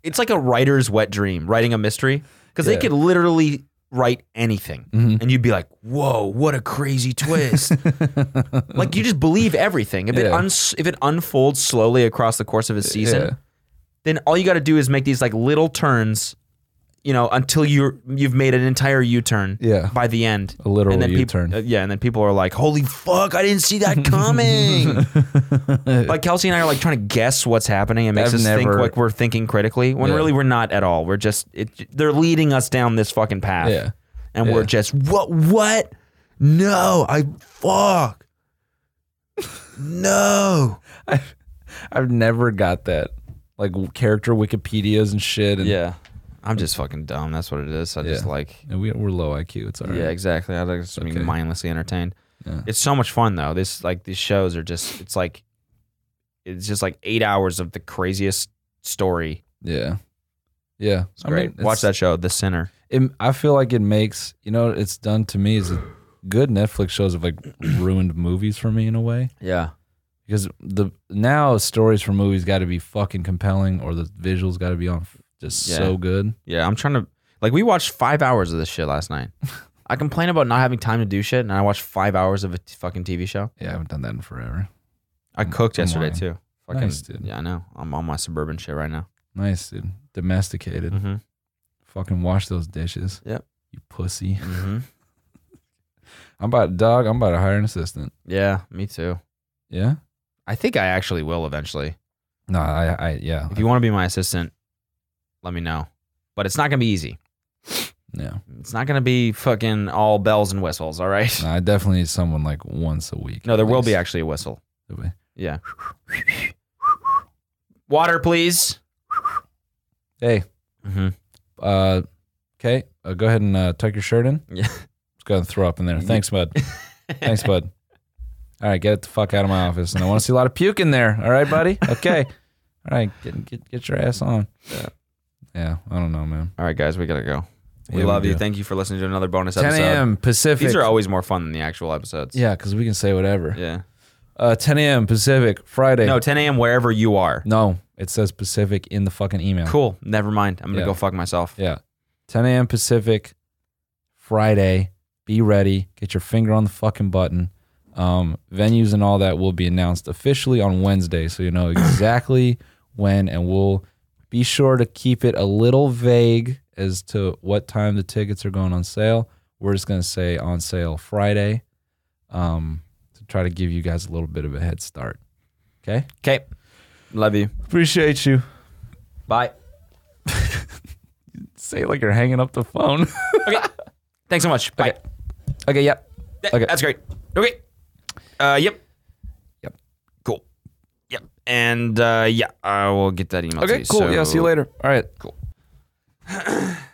[SPEAKER 1] it's like a writer's wet dream, writing a mystery because
[SPEAKER 2] Yeah.
[SPEAKER 1] they could literally write anything,
[SPEAKER 2] Mhm.
[SPEAKER 1] and you'd be like, "Whoa, what a crazy twist!" like you just believe everything. If it
[SPEAKER 2] Yeah.
[SPEAKER 1] uns if it unfolds slowly across the course of a season,
[SPEAKER 2] Yeah.
[SPEAKER 1] then all you got to do is make these like little turns, you know, until you you've made an entire U-turn.
[SPEAKER 2] Yeah.
[SPEAKER 1] By the end,
[SPEAKER 2] A literal
[SPEAKER 1] and then peop-
[SPEAKER 2] U-turn.
[SPEAKER 1] uh, yeah, and then people are like, "Holy fuck, I didn't see that coming!" like Kelsey and I are like trying to guess what's happening. It makes
[SPEAKER 2] I've
[SPEAKER 1] us think
[SPEAKER 2] never-
[SPEAKER 1] like we're thinking critically when
[SPEAKER 2] Yeah.
[SPEAKER 1] really we're not at all. We're just it, they're leading us down this fucking path,
[SPEAKER 2] Yeah.
[SPEAKER 1] and we're
[SPEAKER 2] Yeah.
[SPEAKER 1] just what what? No, I fuck. No.
[SPEAKER 2] I've, I've never got that. Like w- character Wikipedias and shit. And,
[SPEAKER 1] Yeah, I'm just fucking dumb. That's what it is. I just
[SPEAKER 2] Yeah.
[SPEAKER 1] like
[SPEAKER 2] and we, we're low IQ. It's all right.
[SPEAKER 1] Yeah, exactly. I like just being
[SPEAKER 2] Okay.
[SPEAKER 1] mindlessly entertained.
[SPEAKER 2] Yeah.
[SPEAKER 1] It's so much fun though. This like these shows are just it's like it's just like eight hours of the craziest story.
[SPEAKER 2] Yeah. Yeah.
[SPEAKER 1] It's great. Watch that show, The Sinner.
[SPEAKER 2] It, I feel like it makes, you know, it's done to me is it- good Netflix shows have like ruined movies for me in a way.
[SPEAKER 1] Yeah.
[SPEAKER 2] Because the now stories for movies got to be fucking compelling or the visuals got to be on f- just
[SPEAKER 1] Yeah.
[SPEAKER 2] so good.
[SPEAKER 1] Yeah. I'm trying to like we watched five hours of this shit last night. I complain about not having time to do shit, and I watched five hours of a t- fucking TV show.
[SPEAKER 2] Yeah, I haven't done that in forever.
[SPEAKER 1] I cooked
[SPEAKER 2] Good
[SPEAKER 1] yesterday
[SPEAKER 2] morning.
[SPEAKER 1] too. Fucking,
[SPEAKER 2] Nice, dude.
[SPEAKER 1] Yeah, I know. I'm on my suburban shit right now.
[SPEAKER 2] Nice, dude. Domesticated.
[SPEAKER 1] Mm-hmm.
[SPEAKER 2] Fucking wash those dishes.
[SPEAKER 1] Yep.
[SPEAKER 2] You pussy.
[SPEAKER 1] Mm-hmm.
[SPEAKER 2] I'm about dog. I'm about to hire an assistant.
[SPEAKER 1] Yeah, me too.
[SPEAKER 2] Yeah.
[SPEAKER 1] I think I actually will eventually.
[SPEAKER 2] No, I. I yeah.
[SPEAKER 1] If you want to be my assistant, let me know. But it's not gonna be easy.
[SPEAKER 2] yeah.
[SPEAKER 1] It's not gonna be fucking all bells and whistles. All right.
[SPEAKER 2] No, I definitely need someone like once a week.
[SPEAKER 1] No,
[SPEAKER 2] at
[SPEAKER 1] there will be
[SPEAKER 2] least.
[SPEAKER 1] actually a whistle.
[SPEAKER 2] There'll be-
[SPEAKER 1] Yeah. Water, please.
[SPEAKER 2] Hey.
[SPEAKER 1] Mm-hmm.
[SPEAKER 2] Uh. Okay. Uh, go ahead and uh, tuck your shirt in.
[SPEAKER 1] Yeah.
[SPEAKER 2] Let's go ahead and throw up in there. Thanks, bud. Thanks, bud. All right, get it the fuck out of my office, and I want to see a lot of puke in there. All right, buddy. Okay. All right, get get get your ass on.
[SPEAKER 1] Yeah.
[SPEAKER 2] Yeah. I don't know, man.
[SPEAKER 1] All right, guys, we gotta go. We
[SPEAKER 2] Yeah,
[SPEAKER 1] love you.
[SPEAKER 2] do.
[SPEAKER 1] Thank you for listening to another bonus
[SPEAKER 2] 10
[SPEAKER 1] episode.
[SPEAKER 2] a.m. Pacific.
[SPEAKER 1] These are always more fun than the actual episodes.
[SPEAKER 2] yeah, because we can say whatever.
[SPEAKER 1] Yeah.
[SPEAKER 2] Uh, 10 a.m. Pacific Friday.
[SPEAKER 1] No, 10 a.m. wherever you are.
[SPEAKER 2] No, it says Pacific in the fucking email.
[SPEAKER 1] Cool. Never mind. I'm gonna
[SPEAKER 2] Yeah.
[SPEAKER 1] go fuck myself.
[SPEAKER 2] Yeah. 10 a.m. Pacific, Friday. Be ready. Get your finger on the fucking button. Um, venues and all that will be announced officially on Wednesday, so you know exactly when, and we'll be sure to keep it a little vague as to what time the tickets are going on sale. We're just gonna say on sale Friday, um, to try to give you guys a little bit of a head start. Okay.
[SPEAKER 1] Okay. Love you.
[SPEAKER 2] Appreciate you.
[SPEAKER 1] Bye.
[SPEAKER 2] Say it like you're hanging up the phone.
[SPEAKER 1] Thanks so much. Bye.
[SPEAKER 2] okay. Yep.
[SPEAKER 1] Th-
[SPEAKER 2] Okay.
[SPEAKER 1] That's great. Okay. Uh, yep.
[SPEAKER 2] Yep.
[SPEAKER 1] Cool. Yep. And uh, yeah, I will get that email. to
[SPEAKER 2] Okay,
[SPEAKER 1] you.
[SPEAKER 2] cool. yeah, see you
[SPEAKER 1] So-
[SPEAKER 2] later. All right. Cool.